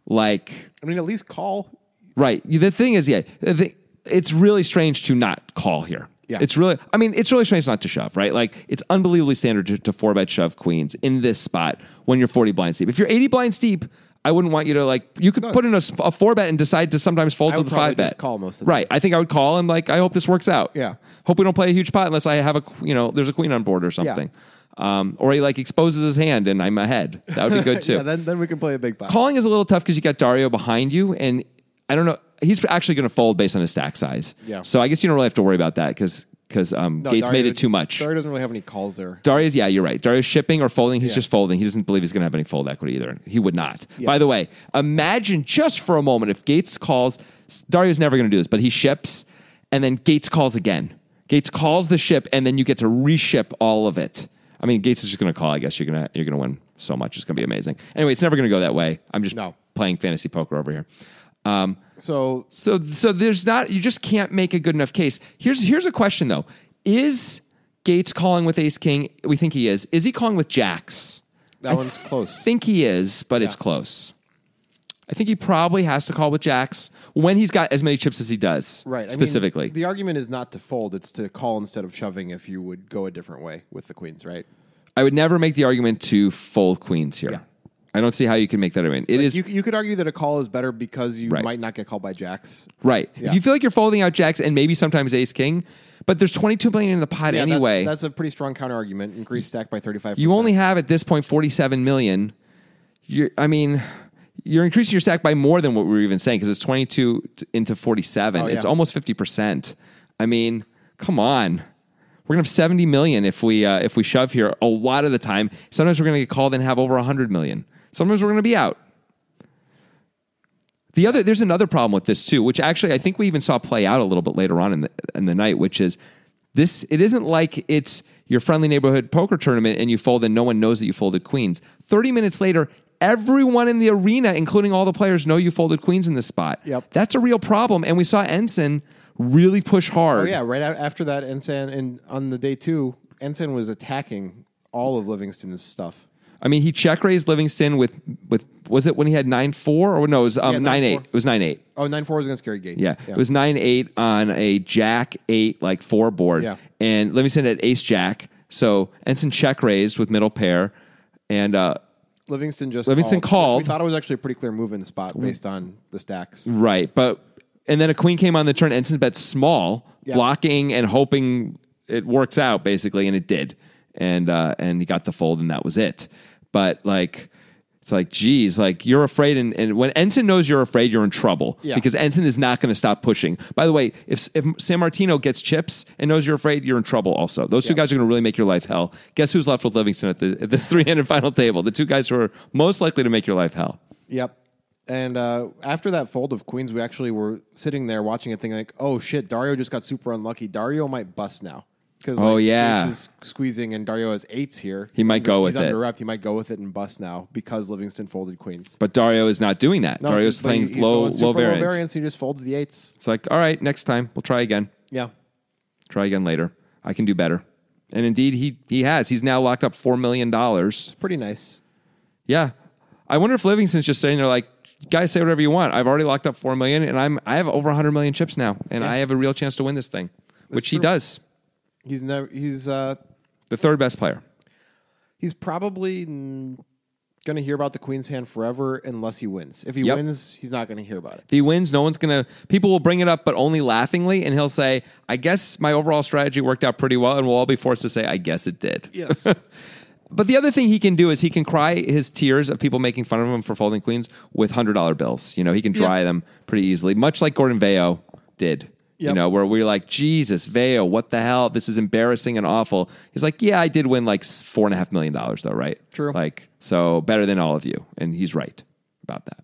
like
I mean, at least call.
Right. The thing is, yeah, the thi- it's really strange to not call here.
Yeah.
It's really, I mean, it's really strange not to shove, right? Like, it's unbelievably standard to, to four bet shove queens in this spot when you're 40 blinds deep. If you're 80 blinds deep, I wouldn't want you to, like, you could put in a, s- a four bet and decide to sometimes fold
I
to
would
the
probably
five bet.
just call most of the
Right. I think I would call and, like, I hope this works out.
Yeah.
Hope we don't play a huge pot unless I have a, qu- you know, there's a queen on board or something. Um, or he, like, exposes his hand and I'm ahead. That would be good, too
Yeah, then, then we can play a big pot.
calling is a little tough because you got Dario behind you, and I don't know. He's actually going to fold based on his stack size.
Yeah.
So I guess you don't really have to worry about that because because um,
No,
Gates
Dario-
made it too much.
Dario doesn't really have any calls there.
Dario's, yeah, you're right. Dario's shipping or folding. He's
Yeah.
just folding. He doesn't believe he's going to have any fold equity either. He would not.
Yeah.
By the way, imagine just for a moment if Gates calls, Dario's never going to do this, but he ships and then Gates calls again. Gates calls the ship and then you get to reship all of it. I mean, Gates is just going to call. I guess you're going to you're going to win so much. It's going to be amazing. Anyway, it's never going to go that way. I'm just
No.
playing fantasy poker over here. Um,
So
so so there's not you just can't make a good enough case. Here's here's a question though. Is Gates calling with Ace King? We think he is. Is he calling with Jacks?
that one's close.
Think he is, but it's close. I think he probably has to call with Jacks when he's got as many chips as he does.
right. I mean,
Specifically.
the argument is not to fold; it's to call instead of shoving. If you would go a different way with the queens, right?
I would never make the argument to fold queens here.
Yeah.
I don't see how you can make that argument. It is
You, you could argue that a call is better because you
Right.
might not get called by jacks.
Right.
Yeah.
If you feel like you're folding out jacks and maybe sometimes ace king, But there's 22 million in the pot
Yeah, that's-
anyway.
that's, a pretty strong counter argument. Increase stack by thirty five.
you only have at this point 47 million. You're, I mean, you're increasing your stack by more than what we were even saying because it's 22 t- into 47.
Oh, yeah.
It's almost 50 percent. I mean, come on. We're gonna have 70 million if we uh, if we shove here a lot of the time. Sometimes we're gonna get called and have over 100 million. Sometimes we're gonna be out. The other there's another problem with this too, which actually I think we even saw play out a little bit later on in the in the night, which is this it isn't like it's your friendly neighborhood poker tournament and you fold and no one knows that you folded queens. 30 minutes later, everyone in the arena, including all the players, know you folded queens in this spot.
Yep.
That's a real problem. And we saw Ensign really push hard.
Oh, yeah, right a- after that, Ensign and on the day two, Ensign was attacking all of Livingston's stuff.
I mean, he check raised Livingston with with was it when he had nine four or no, it was um,
Yeah,
nine eight.
9-4.
It was nine eight.
Oh, 9 4 was against Gary Gates.
Yeah. It was nine eight on a jack eight, like four board.
Yeah.
And Livingston had ace jack. So Ensign check raised with middle pair. And uh,
Livingston just
Livingston
called. which
called.
We thought it was actually a pretty clear move in the spot based on the stacks.
right. But and then a queen came on the turn. Ensign bet small,
Yeah.
blocking and hoping it works out, basically, and it did. And uh, and he got the fold and that was it. But like it's like, geez, like you're afraid, and, and when Ensign knows you're afraid, you're in trouble
Yeah.
because Ensign is not going to stop pushing. By the way, if if San Martino gets chips and knows you're afraid, you're in trouble. Also, those two
Yeah.
guys are going to really make your life hell. Guess who's left with Livingston at, the, at this three-handed final table? The two guys who are most likely to make your life hell.
Yep. And uh, after that fold of queens, we actually were sitting there watching it, thinking like, "Oh shit, Dario just got super unlucky. Dario might bust now because
Oh, yeah.
is squeezing and Dario has eights here.
He might go
he's
with it.
under rep. He might go with it and bust now because Livingston folded queens.
But Dario is not doing that.
No,
Dario's
but
playing
he's
low
going super
low variance.
He just folds the eights.
It's like, all right, next time we'll try again.
Yeah.
Try again later. I can do better. And indeed, he he has. He's now locked up four million dollars.
Pretty nice.
Yeah, I wonder if Livingston's just sitting there like, guys, say whatever you want. I've already locked up four million, and I'm I have over hundred million chips now, and I have a real chance to win this thing, which he
true.
does.
He's never. He's uh.
The third best player.
He's probably mm, gonna hear about the queen's hand forever unless he wins. If he
Yep.
wins, he's not gonna hear about it.
If he wins, no one's gonna. People will bring it up, but only laughingly, and he'll say, "I guess my overall strategy worked out pretty well," and we'll all be forced to say, "I guess it did."
Yes.
But the other thing he can do is he can cry his tears of people making fun of him for folding queens with hundred dollar bills. You know, he can dry them pretty easily, much like Gordon Veo did. You
Yep.
know, where we're like, Jesus, Veo, what the hell? This is embarrassing and awful. He's like, Yeah, I did win like s- four and a half million dollars though, right?
True.
Like, so better than all of you. And he's right about that.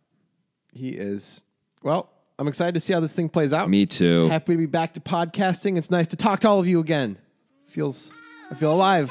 He is. Well, I'm excited to see how this thing plays out.
Me too.
Happy to be back to podcasting. It's nice to talk to all of you again. Feels I feel alive.